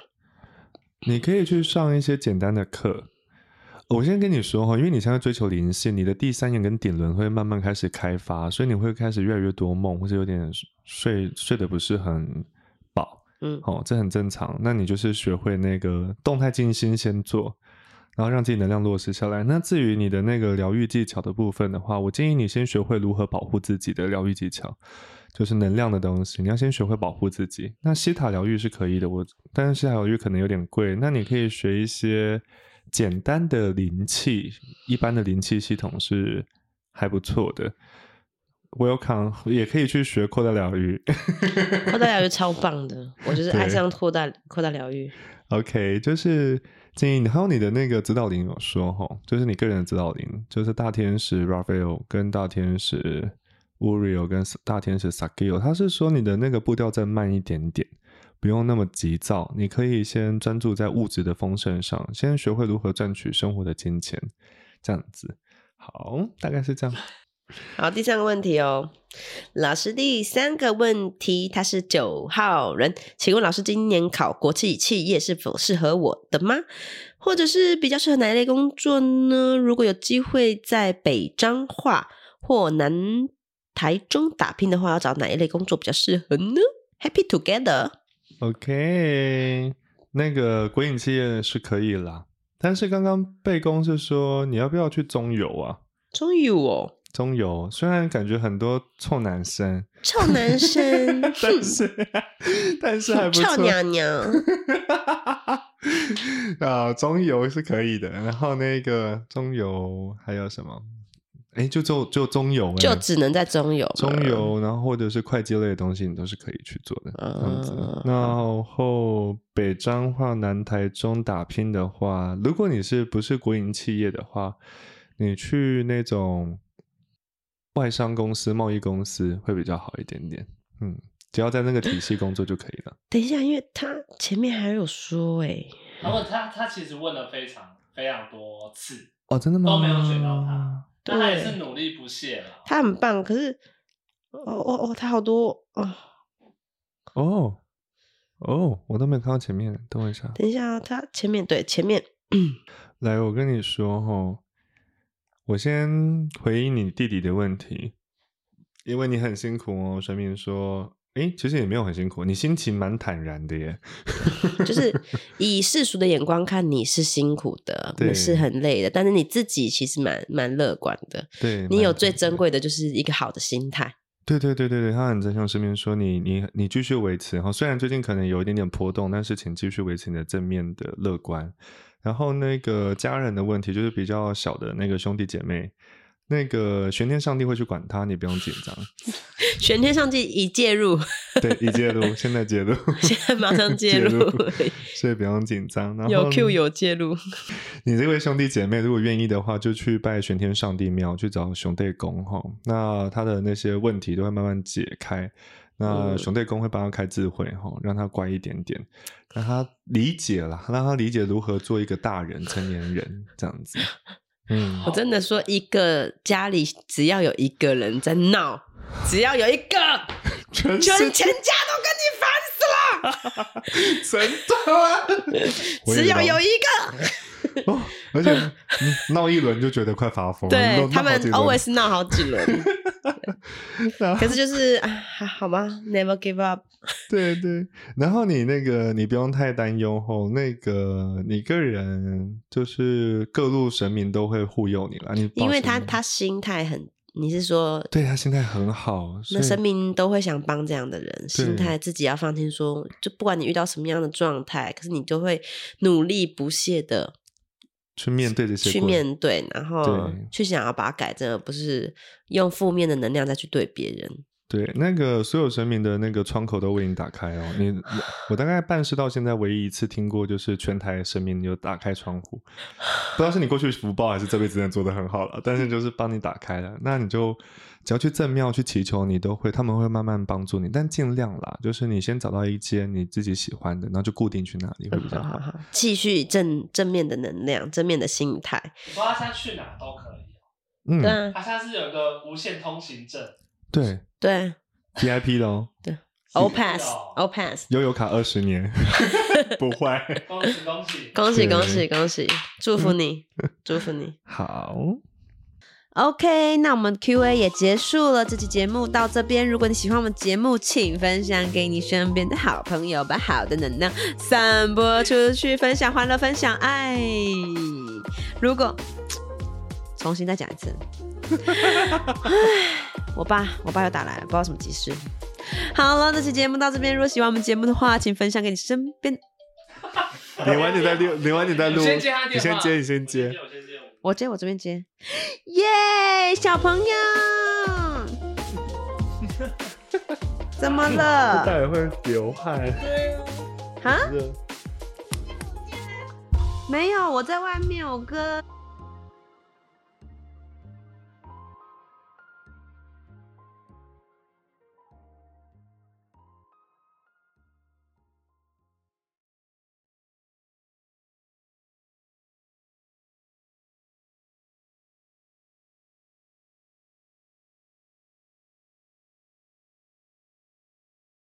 Speaker 1: 你可以去上一些简单的课。我先跟你说哈，因为你现在追求灵性，你的第三眼跟顶轮会慢慢开始开发，所以你会开始越来越多梦，或者有点睡睡得不是很饱，
Speaker 3: 嗯
Speaker 1: 哦，这很正常。那你就是学会那个动态静心先做，然后让自己能量落实下来。那至于你的那个疗愈技巧的部分的话，我建议你先学会如何保护自己的疗愈技巧，就是能量的东西，你要先学会保护自己。那西塔疗愈是可以的，我但是西塔疗愈可能有点贵，那你可以学一些简单的灵气，一般的灵气系统是还不错的。Welcome，也可以去学扩大疗愈。
Speaker 3: 扩大疗愈超棒的，我就是爱
Speaker 1: 对
Speaker 3: 上扩大扩大疗愈。
Speaker 1: OK，就是建议你，还有你的那个指导灵有说哈，就是你个人的指导灵，就是大天使 Raphael 跟大天使 Uriel 跟大天使 Sakiel，他是说你的那个步调再慢一点点，不用那么急躁，你可以先专注在物质的丰盛上，先学会如何赚取生活的金钱，这样子。好，大概是这样。
Speaker 3: 好，第三个问题哦，老师第三个问题，他是九号人，请问老师今年考国际企业是否适合我的吗？或者是比较适合哪一类工作呢？如果有机会在北彰化或南台中打拼的话，要找哪一类工作比较适合呢？Happy together，
Speaker 1: OK，那个鬼影企业是可以啦，但是刚刚贝公是说你要不要去中游啊？
Speaker 3: 终于哦，
Speaker 1: 中游，虽然感觉很多臭男生，
Speaker 3: 臭男生，
Speaker 1: 但是但是还不错
Speaker 3: [LAUGHS] 臭。娘 [LAUGHS] 娘，
Speaker 1: [LAUGHS] 啊，中游是可以的。然后那个中游还有什么？哎，就就就中游、欸，
Speaker 3: 就只能在中游，
Speaker 1: 中，游，然后或者是会计类的东西，你都是可以去做的。这样子
Speaker 3: 嗯，
Speaker 1: 然后北彰化、南台中打拼的话，如果你是不是国营企业的话，你去那种外商公司、贸易公司会比较好一点点。嗯，只要在那个体系工作就可以了。
Speaker 3: 等一下，因为他前面还有说哎、
Speaker 5: 然后他他其实问了非常非常多次，
Speaker 1: 哦，真的吗？
Speaker 5: 都没有选到
Speaker 1: 嗯
Speaker 5: 他。但他也
Speaker 3: 对
Speaker 5: 是努力不懈了。
Speaker 3: 他很棒，可是，哦哦哦，他好多哦，
Speaker 1: 哦哦，我都没有看到前面，等我一下。
Speaker 3: 等一下啊，他前面对前面，
Speaker 1: 来，我跟你说哈，我先回应你弟弟的问题，因为你很辛苦哦。神明说，诶，其实也没有很辛苦，你心情蛮坦然的耶。 [LAUGHS]
Speaker 3: 就是以世俗的眼光看，你是辛苦的，
Speaker 1: 对
Speaker 3: 你是很累的，但是你自己其实蛮蛮乐观的，
Speaker 1: 对，
Speaker 3: 你
Speaker 1: 蛮
Speaker 3: 有最
Speaker 1: 坦然
Speaker 3: 珍
Speaker 1: 的。
Speaker 3: 贵的就是一个好的心态，
Speaker 1: 对对对对对，他很真向身边说你你你继续维持，然后虽然最近可能有一点点波动，但是请继续维持你的正面的乐观。然后那个家人的问题就是比较小的那个兄弟姐妹，那个玄天上帝会去管他，你不用紧张。
Speaker 3: 玄天上帝已介入，
Speaker 1: 对， [LAUGHS] 已介入，现在介入，
Speaker 3: 现在马
Speaker 1: [LAUGHS]
Speaker 3: 上介入， [LAUGHS]
Speaker 1: 所以不用紧张。然后
Speaker 3: 有 Q 有介入，
Speaker 1: 你这位兄弟姐妹，如果愿意的话，就去拜玄天上帝庙，去找熊对公哈。那他的那些问题都会慢慢解开。那
Speaker 3: 嗯
Speaker 1: 熊对公会帮他开智慧哈，让他乖一点点，让他理解了，让他理解如何做一个大人、成年人这样子。
Speaker 3: [LAUGHS]
Speaker 1: 嗯，
Speaker 3: 我真的说，一个家里只要有一个人在闹，只要有一个，
Speaker 1: 全
Speaker 3: 全
Speaker 1: 是
Speaker 3: 全家都跟你烦死了。
Speaker 1: 真的啊！我也
Speaker 3: 只要
Speaker 1: 老
Speaker 3: 有一个，
Speaker 1: 哦，而
Speaker 3: [LAUGHS]
Speaker 1: 且嗯闹一轮就觉得快发疯了，
Speaker 3: 对
Speaker 1: 闹
Speaker 3: 他
Speaker 1: 闹好
Speaker 3: 们
Speaker 1: 几轮
Speaker 3: always 闹好几
Speaker 1: [LAUGHS]
Speaker 3: 轮，
Speaker 1: 然后
Speaker 3: 可是就是啊，还好吗？Never give up。
Speaker 1: [LAUGHS] 对对，然后你那个你不用太担忧吼，那个你个人就是各路神明都会护佑你啦，你保
Speaker 3: 因为
Speaker 1: 持
Speaker 3: 他
Speaker 1: 你
Speaker 3: 他心态很，你是说
Speaker 1: 对他心态很好，所
Speaker 3: 那
Speaker 1: 以
Speaker 3: 生命都会想帮这样的人，心态自己要放轻松，就不管你遇到什么样的状态，可是你就会努力不懈的
Speaker 1: 去面对这些
Speaker 3: 去
Speaker 1: 过
Speaker 3: 面对，然后
Speaker 1: 对
Speaker 3: 去想要把它改正，而不是用负面的能量再去对别人。
Speaker 1: 对那个所有神明的那个窗口都为你打开哦。你我大概办事到现在唯一一次听过就是全台神明有打开窗户，不知道是你过去福报还是这辈子真的做的很好了，但是就是帮你打开了，那你就只要去正庙去祈求，你都会，他们会慢慢帮助你，但尽量啦，就是你先找到一间你自己喜欢的，然后就固定去那里会比
Speaker 5: 嗯
Speaker 1: 较
Speaker 3: 好
Speaker 1: 嗯好。
Speaker 3: 好，继续正正面的能量，正面的心态。
Speaker 5: 你说他现在去哪都可以。
Speaker 1: 嗯，
Speaker 3: 对啊，
Speaker 5: 他现在是有一个无限通行证，
Speaker 1: 对
Speaker 3: 对啊
Speaker 1: VIP 的哦，
Speaker 3: ，O pass
Speaker 5: 哦
Speaker 3: O pass，
Speaker 1: 悠游卡二十
Speaker 5: [LAUGHS]
Speaker 1: 年不坏。
Speaker 5: 恭喜恭喜！
Speaker 3: 恭喜
Speaker 1: 对
Speaker 3: 恭喜恭喜，祝福 [LAUGHS] 你，祝福你。
Speaker 1: 好，
Speaker 3: OK，那我们 Q&A 也结束了，这期节目到这边。如果你喜欢我们节目，请分享给你身边的好朋友，把好的能量散播出去，分享欢乐，分享爱。如果重新再讲一次，唉我爸我爸又打来了，不知道什么急事。好了，这期节目到这边。如果喜欢我们节目的话，请分享给你身边。
Speaker 1: 你晚点再录，你晚点再录，
Speaker 5: 你先接他电话，
Speaker 1: 你先接，你先接。
Speaker 5: 我先接，我先接
Speaker 3: 我接，我这边接。耶、小朋友，怎么了？
Speaker 1: 待会会流汗，
Speaker 3: 啊？
Speaker 1: 热
Speaker 3: 没有，我在外面，我哥